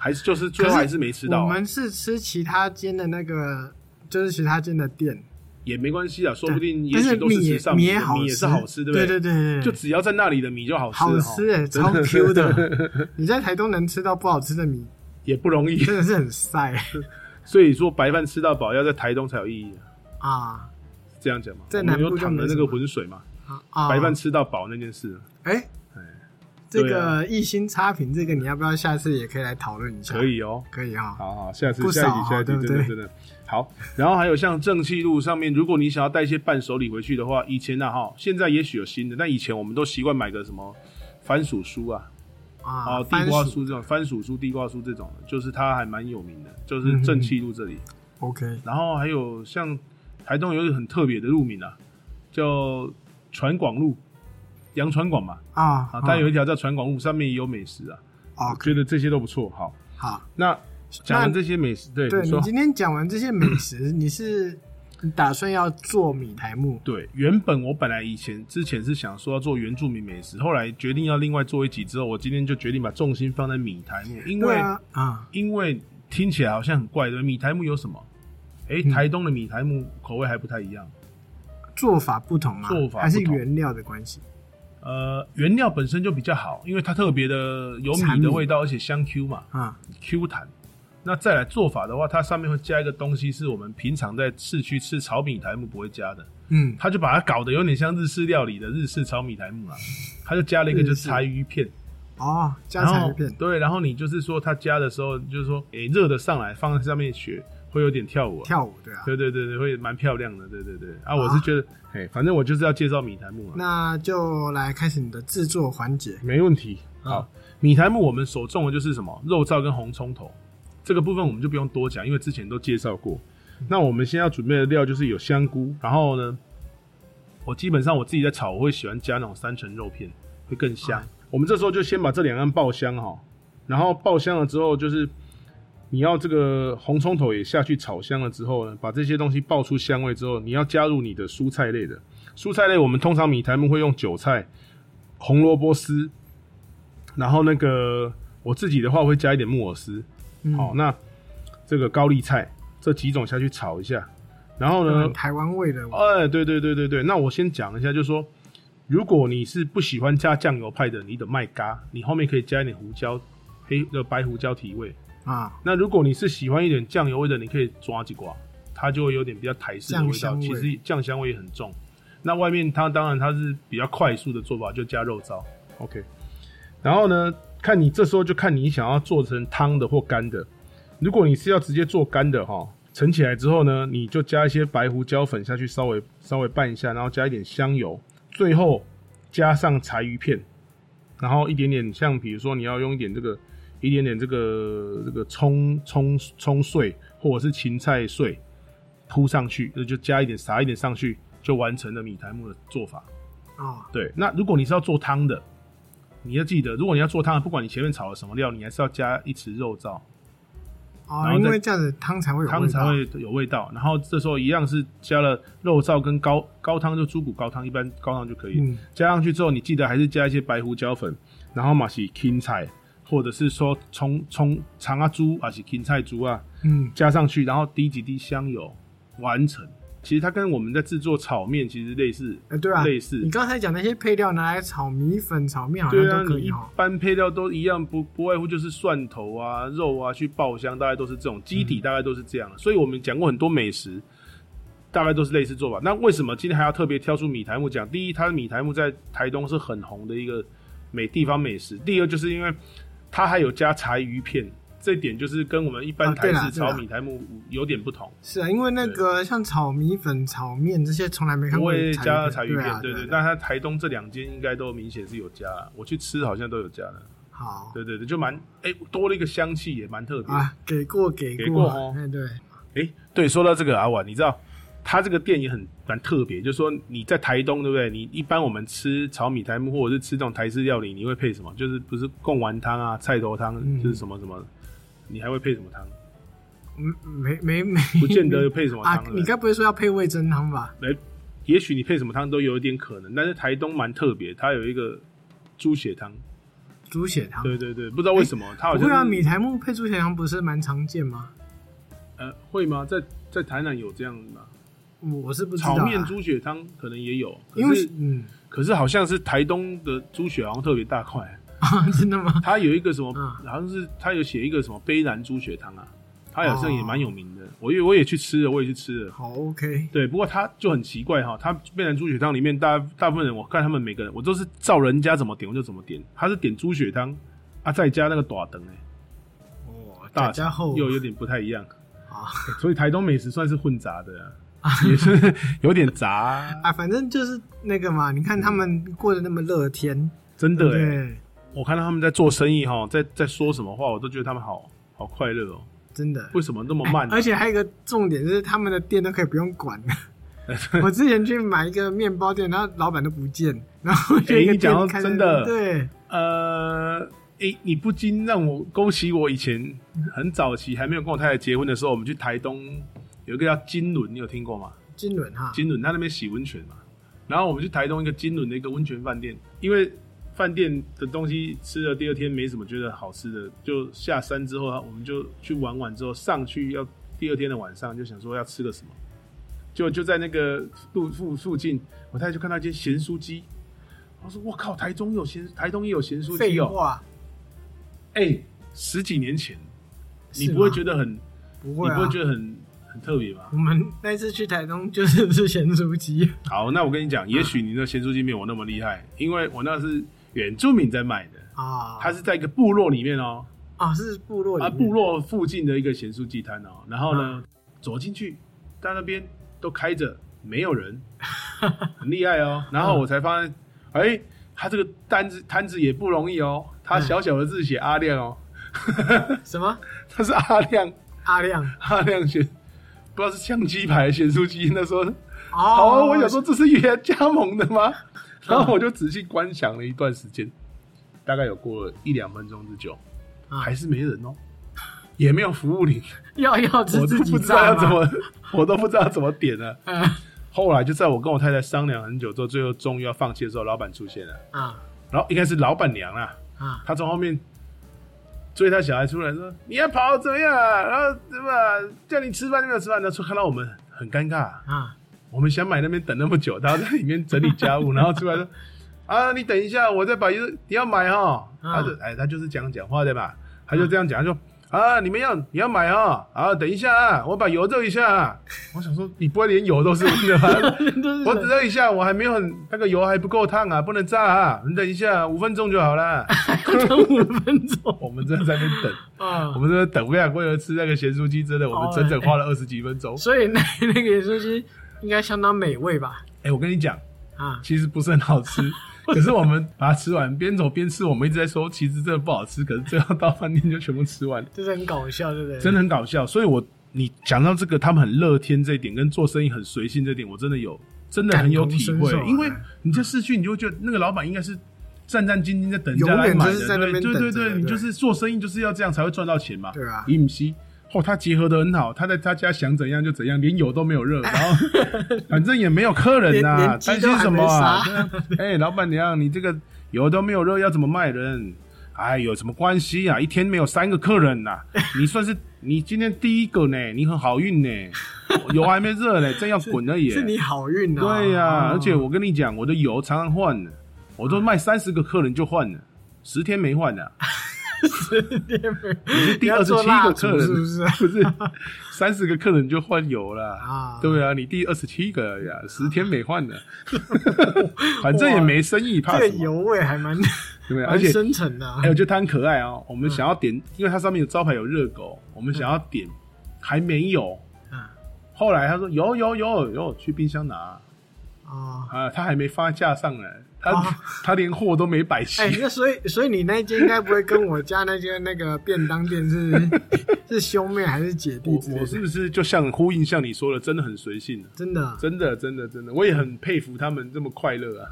Speaker 1: 还是就是最后还是没吃到
Speaker 2: 我
Speaker 1: 啊、
Speaker 2: 们是吃其他间的那个，就是其他间的店，
Speaker 1: 也没关系啊，说不定也
Speaker 2: 但
Speaker 1: 许
Speaker 2: 是
Speaker 1: 都是
Speaker 2: 米
Speaker 1: 池
Speaker 2: 也
Speaker 1: 上
Speaker 2: 米
Speaker 1: 米的
Speaker 2: 好
Speaker 1: 米
Speaker 2: 吃，
Speaker 1: 也是好吃，对不
Speaker 2: 对？
Speaker 1: 对？
Speaker 2: 对对对，
Speaker 1: 就只要在那里的米就好吃
Speaker 2: 好
Speaker 1: 了哦，
Speaker 2: 吃哎，
Speaker 1: 真的
Speaker 2: 超 Q 的。 你在台东能吃到不好吃的米，
Speaker 1: 也不容易。
Speaker 2: 真的是很晒
Speaker 1: 所以说白饭吃到饱要在台东才有意义、啊，
Speaker 2: 啊
Speaker 1: 是这样讲吗？
Speaker 2: 在
Speaker 1: 我们
Speaker 2: 南部
Speaker 1: 有
Speaker 2: 就
Speaker 1: 躺的
Speaker 2: 没
Speaker 1: 那
Speaker 2: 什
Speaker 1: 个
Speaker 2: 么
Speaker 1: 浑水嘛，
Speaker 2: 啊啊！
Speaker 1: 白饭吃到饱那件事，
Speaker 2: 哎
Speaker 1: 哎，
Speaker 2: 这
Speaker 1: 对啊
Speaker 2: 个一心差评，这个你要不要下次也可以来讨论一下？
Speaker 1: 可，以哦。
Speaker 2: 可以哈。
Speaker 1: 好好，下次
Speaker 2: 不
Speaker 1: 下
Speaker 2: 少
Speaker 1: 一集下一集
Speaker 2: 对，不
Speaker 1: 真的
Speaker 2: 对
Speaker 1: 真的好。然后还有像正气路上面，如果你想要带一些伴手礼回去的话，以前啊哈，现在也许有新的，但以前我们都习惯买个什么番薯酥啊，
Speaker 2: 啊，
Speaker 1: 啊地
Speaker 2: 番
Speaker 1: 瓜
Speaker 2: 薯嗯
Speaker 1: 酥这种，番薯酥、地瓜酥这种的，就是它还蛮有名的，就是正气路这里。
Speaker 2: ，OK，
Speaker 1: 然后还有像台东有一个很特别的路名啊，叫船广路，洋船广嘛，
Speaker 2: 啊，
Speaker 1: 啊，它有一条叫船广路，上面也有美食啊，
Speaker 2: 啊
Speaker 1: 觉得这些都不错。好，
Speaker 2: 好，
Speaker 1: 那讲完这些美食，对
Speaker 2: 对
Speaker 1: 你
Speaker 2: 你
Speaker 1: 说
Speaker 2: 今天讲完这些美食，你是你打算要做米苔木
Speaker 1: 对，原本我本来以前之前是想说要做原住民美食，后来决定要另外做一集之后，我今天就决定把重心放在米苔木，因为、
Speaker 2: 对啊啊
Speaker 1: 因为听起来好像很怪，对不对，米苔木有什么？诶，
Speaker 2: 嗯
Speaker 1: 台东的米苔木口味还不太一样。
Speaker 2: 做法不同嘛，
Speaker 1: 做法不同
Speaker 2: 还是原料的关系
Speaker 1: 呃，原料本身就比较好，因为它特别的有
Speaker 2: 产
Speaker 1: 米
Speaker 2: 米
Speaker 1: 的味道，而且香 Q 嘛
Speaker 2: 啊
Speaker 1: ，Q 弹。那再来做法的话，它上面会加一个东西，是我们平常在市区吃炒米苔木不会加的，
Speaker 2: 嗯
Speaker 1: 它 就把它搞得有点像日式料理的日式炒米苔木啊，它就加了一个
Speaker 2: 日式
Speaker 1: 就是柴鱼片，
Speaker 2: 哦，加
Speaker 1: 然
Speaker 2: 柴
Speaker 1: 后
Speaker 2: 鱼片，
Speaker 1: 对，然后你就是说它加的时候，就是说诶热、的上来放在上面雪会有点跳舞、啊，
Speaker 2: 跳舞对啊。
Speaker 1: 对对对对，会蛮漂亮的，对对对啊，我是觉得哎、反正我就是要介绍米苔木了，
Speaker 2: 那就来开始你的制作环节。
Speaker 1: 没问题。好，
Speaker 2: 啊
Speaker 1: 米苔木我们所种的就是什么肉燥跟红葱头，这个部分我们就不用多讲，因为之前都介绍过。
Speaker 2: 嗯
Speaker 1: 那我们现在要准备的料就是有香菇，然后呢，我基本上我自己在炒，我会喜欢加那种三层肉片，会更香。我们这时候就先把这两样爆香哈，然后爆香了之后，就是你要这个红葱头也下去炒香了之后呢，把这些东西爆出香味之后，你要加入你的蔬菜类的。蔬菜类我们通常米苔木会用韭菜、红萝卜丝，然后那个我自己的话会加一点木耳丝。
Speaker 2: 嗯
Speaker 1: 好，那这个高丽菜这几种下去炒一下，然后呢
Speaker 2: 嗯，台湾味的，
Speaker 1: 哎，对对对对对，那我先讲一下，就是说，如果你是不喜欢加酱油派的，你的麦嘎，你后面可以加一点胡椒，黑的白胡椒提味。
Speaker 2: 啊，
Speaker 1: 那如果你是喜欢一点酱油味的，你可以抓几瓜，它就会有点比较台式的味道，
Speaker 2: 酱香味
Speaker 1: 其实酱香味也很重。那外面它当然它是比较快速的做法，就加肉燥，OK。然后呢，看你这时候就看你想要做成汤的或干的。如果你是要直接做干的哈，盛起来之后呢，你就加一些白胡椒粉下去，稍微稍微拌一下，然后加一点香油，最后加上柴鱼片，然后一点点像比如说你要用一点这个一点点这个这个葱葱葱碎或者是芹菜碎铺上去，就就加一点撒一点上去，就完成了米苔木的做法。
Speaker 2: 哦，
Speaker 1: 对，那如果你是要做汤的，你要记得，如果你要做汤，不管你前面炒了什么料，你还是要加一匙肉燥，然
Speaker 2: 哦，
Speaker 1: 后
Speaker 2: 因
Speaker 1: 再
Speaker 2: 为这样子汤才会有
Speaker 1: 汤
Speaker 2: 味
Speaker 1: 才
Speaker 2: 道。
Speaker 1: 会有味道。然后这时候一样是加了肉燥跟高高汤，就猪骨高汤，一般高汤就可以。
Speaker 2: 嗯
Speaker 1: 加上去之后，你记得还是加一些白胡椒粉，然后嘛是芹菜，或者是说葱葱长啊猪啊是芹菜猪啊，
Speaker 2: 嗯，
Speaker 1: 加上去，然后滴几滴香油，完成。其实它跟我们在制作炒面其实类似，
Speaker 2: 哎，对啊，
Speaker 1: 类似
Speaker 2: 你。刚才讲那些配料拿来炒米粉、炒面好像
Speaker 1: 对啊
Speaker 2: 都，可
Speaker 1: 你
Speaker 2: 以
Speaker 1: 一
Speaker 2: 哦。
Speaker 1: 般配料都一样，不不外乎就是蒜头啊、肉啊去爆香，大概都是这种基
Speaker 2: 嗯
Speaker 1: 底，大概都是这样。所以我们讲过很多美食，大概都是类似做法。那为什么今天还要特别挑出米苔木讲？第一，它的米苔木在台东是很红的一个美地方美食；第二，就是因为它还有加柴鱼片，这点就是跟我们一般
Speaker 2: 啊
Speaker 1: 台
Speaker 2: 对啦
Speaker 1: 式
Speaker 2: 对啦
Speaker 1: 炒米苔木有点不同。
Speaker 2: 是啊，因为那个像炒米粉、炒面这些从来没看
Speaker 1: 不
Speaker 2: 过
Speaker 1: 会加
Speaker 2: 柴
Speaker 1: 柴
Speaker 2: 鱼
Speaker 1: 鱼
Speaker 2: 片啊，
Speaker 1: 片，对对。
Speaker 2: 啊
Speaker 1: 但它台东这两间应该都明显是有加，我去吃好像都有加的。
Speaker 2: 好
Speaker 1: 对对对，就蛮哎、多了一个香气，也蛮特别。哎、
Speaker 2: 啊，给过给
Speaker 1: 给
Speaker 2: 过
Speaker 1: 过哦，
Speaker 2: 哎对，
Speaker 1: 对，说到这个阿婉，你知道它这个店也很蛮特别，就是说你在台东对不对？你一般我们吃炒米苔木或者是吃这种台式料理，你会配什么？就是不是贡丸汤啊、菜头汤，
Speaker 2: 嗯
Speaker 1: 就是什么什么，你还会配什 么汤？
Speaker 2: 嗯没没没，
Speaker 1: 不见得配什么汤
Speaker 2: 啊
Speaker 1: 的。，
Speaker 2: 你该不会说要配味噌汤吧？
Speaker 1: 来，也许你配什么汤都有一点可能，但是台东蛮特别，它有一个猪血汤。
Speaker 2: 猪血汤。
Speaker 1: 对对对，不知道为什么、它好
Speaker 2: 啊不
Speaker 1: 像
Speaker 2: 会啊，
Speaker 1: 是
Speaker 2: 米苔木配猪血汤不是蛮常见吗？
Speaker 1: 呃会吗？在在台南有这样吗？
Speaker 2: 我我是不知道啊。
Speaker 1: 炒面猪血汤可能也有，可
Speaker 2: 因为
Speaker 1: 是
Speaker 2: 嗯
Speaker 1: 可是好像是台东的猪血好像特别大块，
Speaker 2: 啊， 真的吗？
Speaker 1: 它有一个什么，
Speaker 2: 嗯
Speaker 1: 好像是它有写一个什么卑南猪血汤啊，它好像也
Speaker 2: 哦
Speaker 1: 蛮有名的。我也我也去吃了，我也去吃了。
Speaker 2: 好 OK，
Speaker 1: 对，不过它就很奇怪哈，它卑南猪血汤里面大大部分人，我看他们每个人，我都是照人家怎么点我就怎么点，他是点猪血汤啊，再加那个短等哎，
Speaker 2: 哦，
Speaker 1: 大
Speaker 2: 大家后
Speaker 1: 又有点不太一样，
Speaker 2: 啊
Speaker 1: 所以台东美食算是混杂的、啊，也是 有点杂啊、
Speaker 2: 啊，反正就是那个嘛，你看他们
Speaker 1: 嗯
Speaker 2: 过得那么乐天，
Speaker 1: 真的
Speaker 2: 对
Speaker 1: 哎、
Speaker 2: 不对，
Speaker 1: 我看到他们在做生意哈，在在说什么话，我都觉得他们好好快乐哦。
Speaker 2: 真的。哎
Speaker 1: 为什么那么慢、啊？
Speaker 2: 而且还有一个重点就是，他们的店都可以不用管。 我之前去买一个面包店，然后老板都不见，然后就一个
Speaker 1: 你讲到
Speaker 2: 店开在
Speaker 1: 真的
Speaker 2: 对，
Speaker 1: 呃，诶、你不禁让我勾起我以前很早期还没有跟我太太结婚的时候，我们去台东有一个叫金轮，你有听过吗？
Speaker 2: 金轮哈，
Speaker 1: 金轮他那边洗温泉嘛，然后我们去台东一个金轮的一个温泉饭店，因为饭店的东西吃了第二天没什么觉得好吃的，就下山之后啊，我们就去玩完之后上去要第二天的晚上就想说要吃个什么，就就在那个附附附近，我太太就看到一间咸酥鸡，我说我靠，台中有咸台东也有咸酥鸡
Speaker 2: 废
Speaker 1: 哦，
Speaker 2: 话，
Speaker 1: 哎、十几年前你
Speaker 2: 是
Speaker 1: 不会
Speaker 2: 吗
Speaker 1: 觉得很，
Speaker 2: 不
Speaker 1: 你
Speaker 2: 会
Speaker 1: 不会
Speaker 2: 啊。
Speaker 1: 觉得很很特别吗
Speaker 2: 我？们那次去台东就是吃咸酥鸡，
Speaker 1: 好，那我跟你讲，也许你那咸酥鸡没有我那么厉害，因为我那是原住民在卖的，
Speaker 2: 啊，
Speaker 1: 它是在一个部落里面哦，
Speaker 2: 啊是部落里
Speaker 1: 啊
Speaker 2: 面啊
Speaker 1: 部落附近的一个咸酥鸡摊哦，然后
Speaker 2: 嗯
Speaker 1: 呢走进去，但那边都开着，没有人，很厉害哦。然后我才发现，哎，他这个摊子摊子也不容易哦，他小小的字写阿亮哦，
Speaker 2: 什么
Speaker 1: 他是阿亮
Speaker 2: 阿亮
Speaker 1: 阿亮写，不知道是相机牌咸酥鸡，那时候。
Speaker 2: 哦
Speaker 1: 哦，，我想说这是原加盟的 吗？然后我就仔细观想了一段时间，大概有过了一两分钟之久，
Speaker 2: 啊
Speaker 1: 还是没人哦，也没有服务铃，
Speaker 2: 要要吃
Speaker 1: 我都
Speaker 2: 自己
Speaker 1: 不知道要
Speaker 2: 炸
Speaker 1: 怎
Speaker 2: 吗？
Speaker 1: 么， 我都不知道怎么点了。
Speaker 2: 嗯
Speaker 1: 后来就在我跟我太太商量很久之后，最后终于要放弃的时候，老板出现了，
Speaker 2: 啊
Speaker 1: 然后应该是老板娘啊，
Speaker 2: 啊
Speaker 1: 她从后面追她小孩出来说：“你要跑怎么样啊？然后对吧？叫你吃饭就没有吃饭。”那时候看到我们很尴尬、
Speaker 2: 啊
Speaker 1: 我们想买那边等那么久，他在里面整理家务，然后出来说：“啊，你等一下，我再把你要买哈。”
Speaker 2: 嗯
Speaker 1: 他就哎，他就是讲讲话对吧？他就这样讲，他说：“啊，你们要你要买哈，啊，等一下啊，我把油热一下啊。”我想说，你不会连油都是温的吧？
Speaker 2: 都是
Speaker 1: 我只热一下，我还没有很那个油还不够烫啊，不能炸啊，你等一下，五分钟就好了。
Speaker 2: 等五分钟
Speaker 1: 我们真的在那边等，
Speaker 2: 啊
Speaker 1: 我，们真的等。我跟你讲，为了吃那个咸酥鸡，真的我们整整花了二十几 分钟。
Speaker 2: 所以那那个盐酥鸡应该相当美味吧？
Speaker 1: 哎，我跟你讲。
Speaker 2: 啊，
Speaker 1: 其实不是很好吃。可是我们把它吃完，边走边吃，我们一直在说，其实真的不好吃。可是最后到饭店就全部吃完了，
Speaker 2: 就是很搞笑，对不对？
Speaker 1: 真的很搞笑。所以我，你讲到这个，他们很乐天这一点，跟做生意很随性这一点，我真的有，真的很有体
Speaker 2: 感同
Speaker 1: 会
Speaker 2: 身受。啊
Speaker 1: 因为你在市区，你就会觉得那个老板应该是战战兢兢在等人家
Speaker 2: 永
Speaker 1: 来
Speaker 2: 远
Speaker 1: 买的，
Speaker 2: 就是在那
Speaker 1: 对
Speaker 2: 边
Speaker 1: 对
Speaker 2: 等
Speaker 1: 对
Speaker 2: 着
Speaker 1: 对，
Speaker 2: 对
Speaker 1: 你就是做生意就是要这样才会赚到钱嘛。
Speaker 2: 对啊
Speaker 1: 伊姆西。哦，他结合的很好，他在他家想怎样就怎样，连油都没有 热，然后反正也没有客人呐、
Speaker 2: 连连鸡
Speaker 1: 担
Speaker 2: 都
Speaker 1: 心
Speaker 2: 还
Speaker 1: 什么啊？
Speaker 2: 没
Speaker 1: 对啊 哎、老板娘，你这个油都没有热，要怎么卖人？哎，有什么关系啊？一天没有三个客人 呐、你算是你今天第一个呢，你很好运呢，油还没热 呢，正要滚而已。
Speaker 2: 是你好运啊！
Speaker 1: 对呀、
Speaker 2: 哦
Speaker 1: 而且我跟你讲，我的油常常换的，我都卖三十个客人就换了，十天没换的、你是第
Speaker 2: 你
Speaker 1: 二
Speaker 2: 要
Speaker 1: 十
Speaker 2: 做
Speaker 1: 七
Speaker 2: 蜡
Speaker 1: 个
Speaker 2: 烛
Speaker 1: 客人，
Speaker 2: 是不是
Speaker 1: 不是，三十个客人就换油了。
Speaker 2: 啊，
Speaker 1: 对啊，你第二十七个而已啊，十天没 换的，反正也没生意，怕
Speaker 2: 这个
Speaker 1: 什么？
Speaker 2: 油味还蛮
Speaker 1: 对不对？而
Speaker 2: 蛮
Speaker 1: 且
Speaker 2: 深沉的啊
Speaker 1: 还有，我觉得它很可爱哦。我们想要
Speaker 2: 嗯
Speaker 1: 点，因为它上面有招牌有热狗，我们想要点，还没有。
Speaker 2: 啊
Speaker 1: 后来他说有有有有，去冰箱拿
Speaker 2: 哦。
Speaker 1: 啊，他还没放在架上呢，他
Speaker 2: 哦
Speaker 1: 他连货都没摆齐
Speaker 2: 哎，，那所以所以你那间应该不会跟我家那间那个便当店 是是兄妹还是姐弟
Speaker 1: 我
Speaker 2: 之类
Speaker 1: 我是
Speaker 2: 的？
Speaker 1: 不是就像呼应像你说的，真的很随性啊
Speaker 2: 真的
Speaker 1: 真的真的真的，我也很佩服他们这么快乐啊。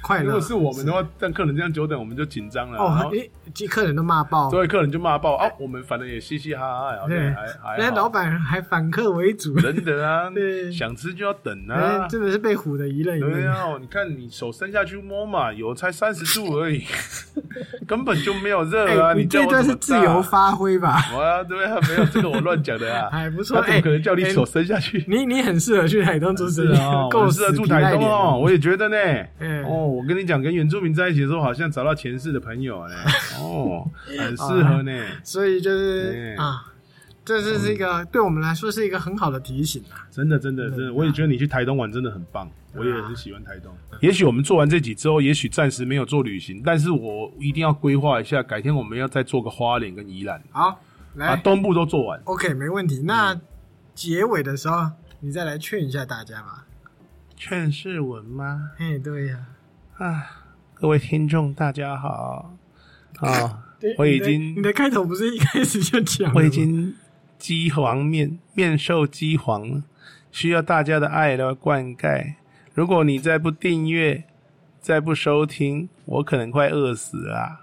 Speaker 2: 快乐。
Speaker 1: 如果是我们的话，让客人这样久等，我们就紧张了。然
Speaker 2: 哦
Speaker 1: 后，
Speaker 2: 诶，即客人都骂爆
Speaker 1: 这，位客人就骂爆啊，我们反正也嘻嘻哈哈，然后
Speaker 2: 对
Speaker 1: 啊还还
Speaker 2: 那
Speaker 1: 好
Speaker 2: 老板还反客为主，
Speaker 1: 真的啊，
Speaker 2: 对
Speaker 1: 想吃就要等啊
Speaker 2: 哎。真的是被唬的一愣一
Speaker 1: 对
Speaker 2: 愣。
Speaker 1: 啊，你看你手伸下去摸嘛，油才三十度而 已，根本就没有热啊！
Speaker 2: 哎你
Speaker 1: 叫
Speaker 2: 这
Speaker 1: 我
Speaker 2: 段
Speaker 1: 怎
Speaker 2: 是
Speaker 1: 么
Speaker 2: 自
Speaker 1: 炸？
Speaker 2: 由发挥吧？
Speaker 1: 哇，对啊，没有这个我乱讲的啊，
Speaker 2: 还不错，
Speaker 1: 他怎么
Speaker 2: 哎，
Speaker 1: 可能叫你
Speaker 2: 哎
Speaker 1: 手伸下去？
Speaker 2: 你你很适合去台东做生
Speaker 1: 是
Speaker 2: 意
Speaker 1: 啊，，
Speaker 2: 够
Speaker 1: 我适合
Speaker 2: 死
Speaker 1: 住
Speaker 2: 皮
Speaker 1: 台
Speaker 2: 赖
Speaker 1: 东
Speaker 2: 脸
Speaker 1: 哦，
Speaker 2: 的。
Speaker 1: 我也觉得呢。
Speaker 2: 嗯
Speaker 1: 哦，我跟你讲，跟原住民在一起的时候，好像找到前世的朋友呢。哦，很适合 呢。
Speaker 2: 所以就是
Speaker 1: 哎
Speaker 2: 啊，这是是一个对我们来说是一个很好的提醒啊。
Speaker 1: 真的，真的，真的，
Speaker 2: 真的
Speaker 1: 我也觉得你去台东玩真的很棒，我也
Speaker 2: 对啊
Speaker 1: 很喜欢台东。也许我们做完这集之后，也许暂时没有做旅行，但是我一定要规划一下，改天我们要再做个花莲跟宜兰，
Speaker 2: 好，
Speaker 1: 把
Speaker 2: 来
Speaker 1: 东部都做完。
Speaker 2: ，OK，没问题。那结尾的时候，你再来劝一下大家吧。
Speaker 1: 劝世文吗？
Speaker 2: 嘿，对呀，
Speaker 1: 啊，各位听众大家好，啊
Speaker 2: 对
Speaker 1: 我已
Speaker 2: 你的
Speaker 1: 经
Speaker 2: 你的开头不是一开始就讲了吗，
Speaker 1: 我已经饥黄面面受饥黄了，需要大家的爱来灌溉。如果你再不订阅，再不收听，我可能快饿死了啊。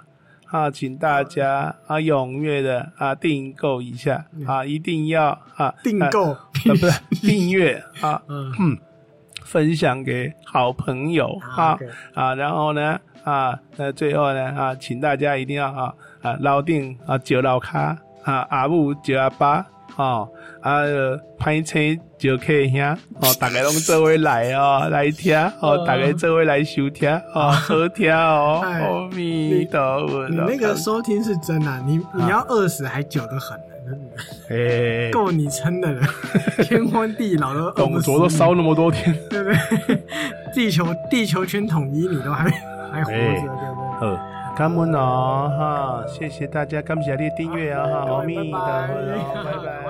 Speaker 1: 啊，请大家啊踊跃的啊订购一下
Speaker 2: 嗯
Speaker 1: 啊，一定要啊
Speaker 2: 订
Speaker 1: 啊
Speaker 2: 购，
Speaker 1: 啊不是订阅啊，
Speaker 2: 嗯，
Speaker 1: 分享给好朋友
Speaker 2: 好
Speaker 1: 啊
Speaker 2: ，OK
Speaker 1: 啊，然后呢啊，那最后呢啊，请大家一定要啊啊老定啊九老卡啊阿母九阿爸哦啊呃拍车九客兄哦，大家拢这位来哦来听哦，
Speaker 2: 嗯
Speaker 1: 大家这位来收听哦，好听哦，
Speaker 2: 哎
Speaker 1: 阿弥陀佛，
Speaker 2: 你那个收听是真啊，你你要饿死还久得很呢，真的
Speaker 1: 哎，
Speaker 2: 够你撑的 了，天荒地老都饿
Speaker 1: 董
Speaker 2: 不死
Speaker 1: 卓都
Speaker 2: 你，
Speaker 1: 烧那么多天。
Speaker 2: 对不对？地球地球圈统一你都还还活着，
Speaker 1: 哎
Speaker 2: 对不对？
Speaker 1: 二。感恩哦哈，谢谢大家，感谢你的订阅啊哈，
Speaker 2: 各位
Speaker 1: 阿弥陀
Speaker 2: 拜拜
Speaker 1: 哦佛，
Speaker 2: 哎
Speaker 1: 拜拜。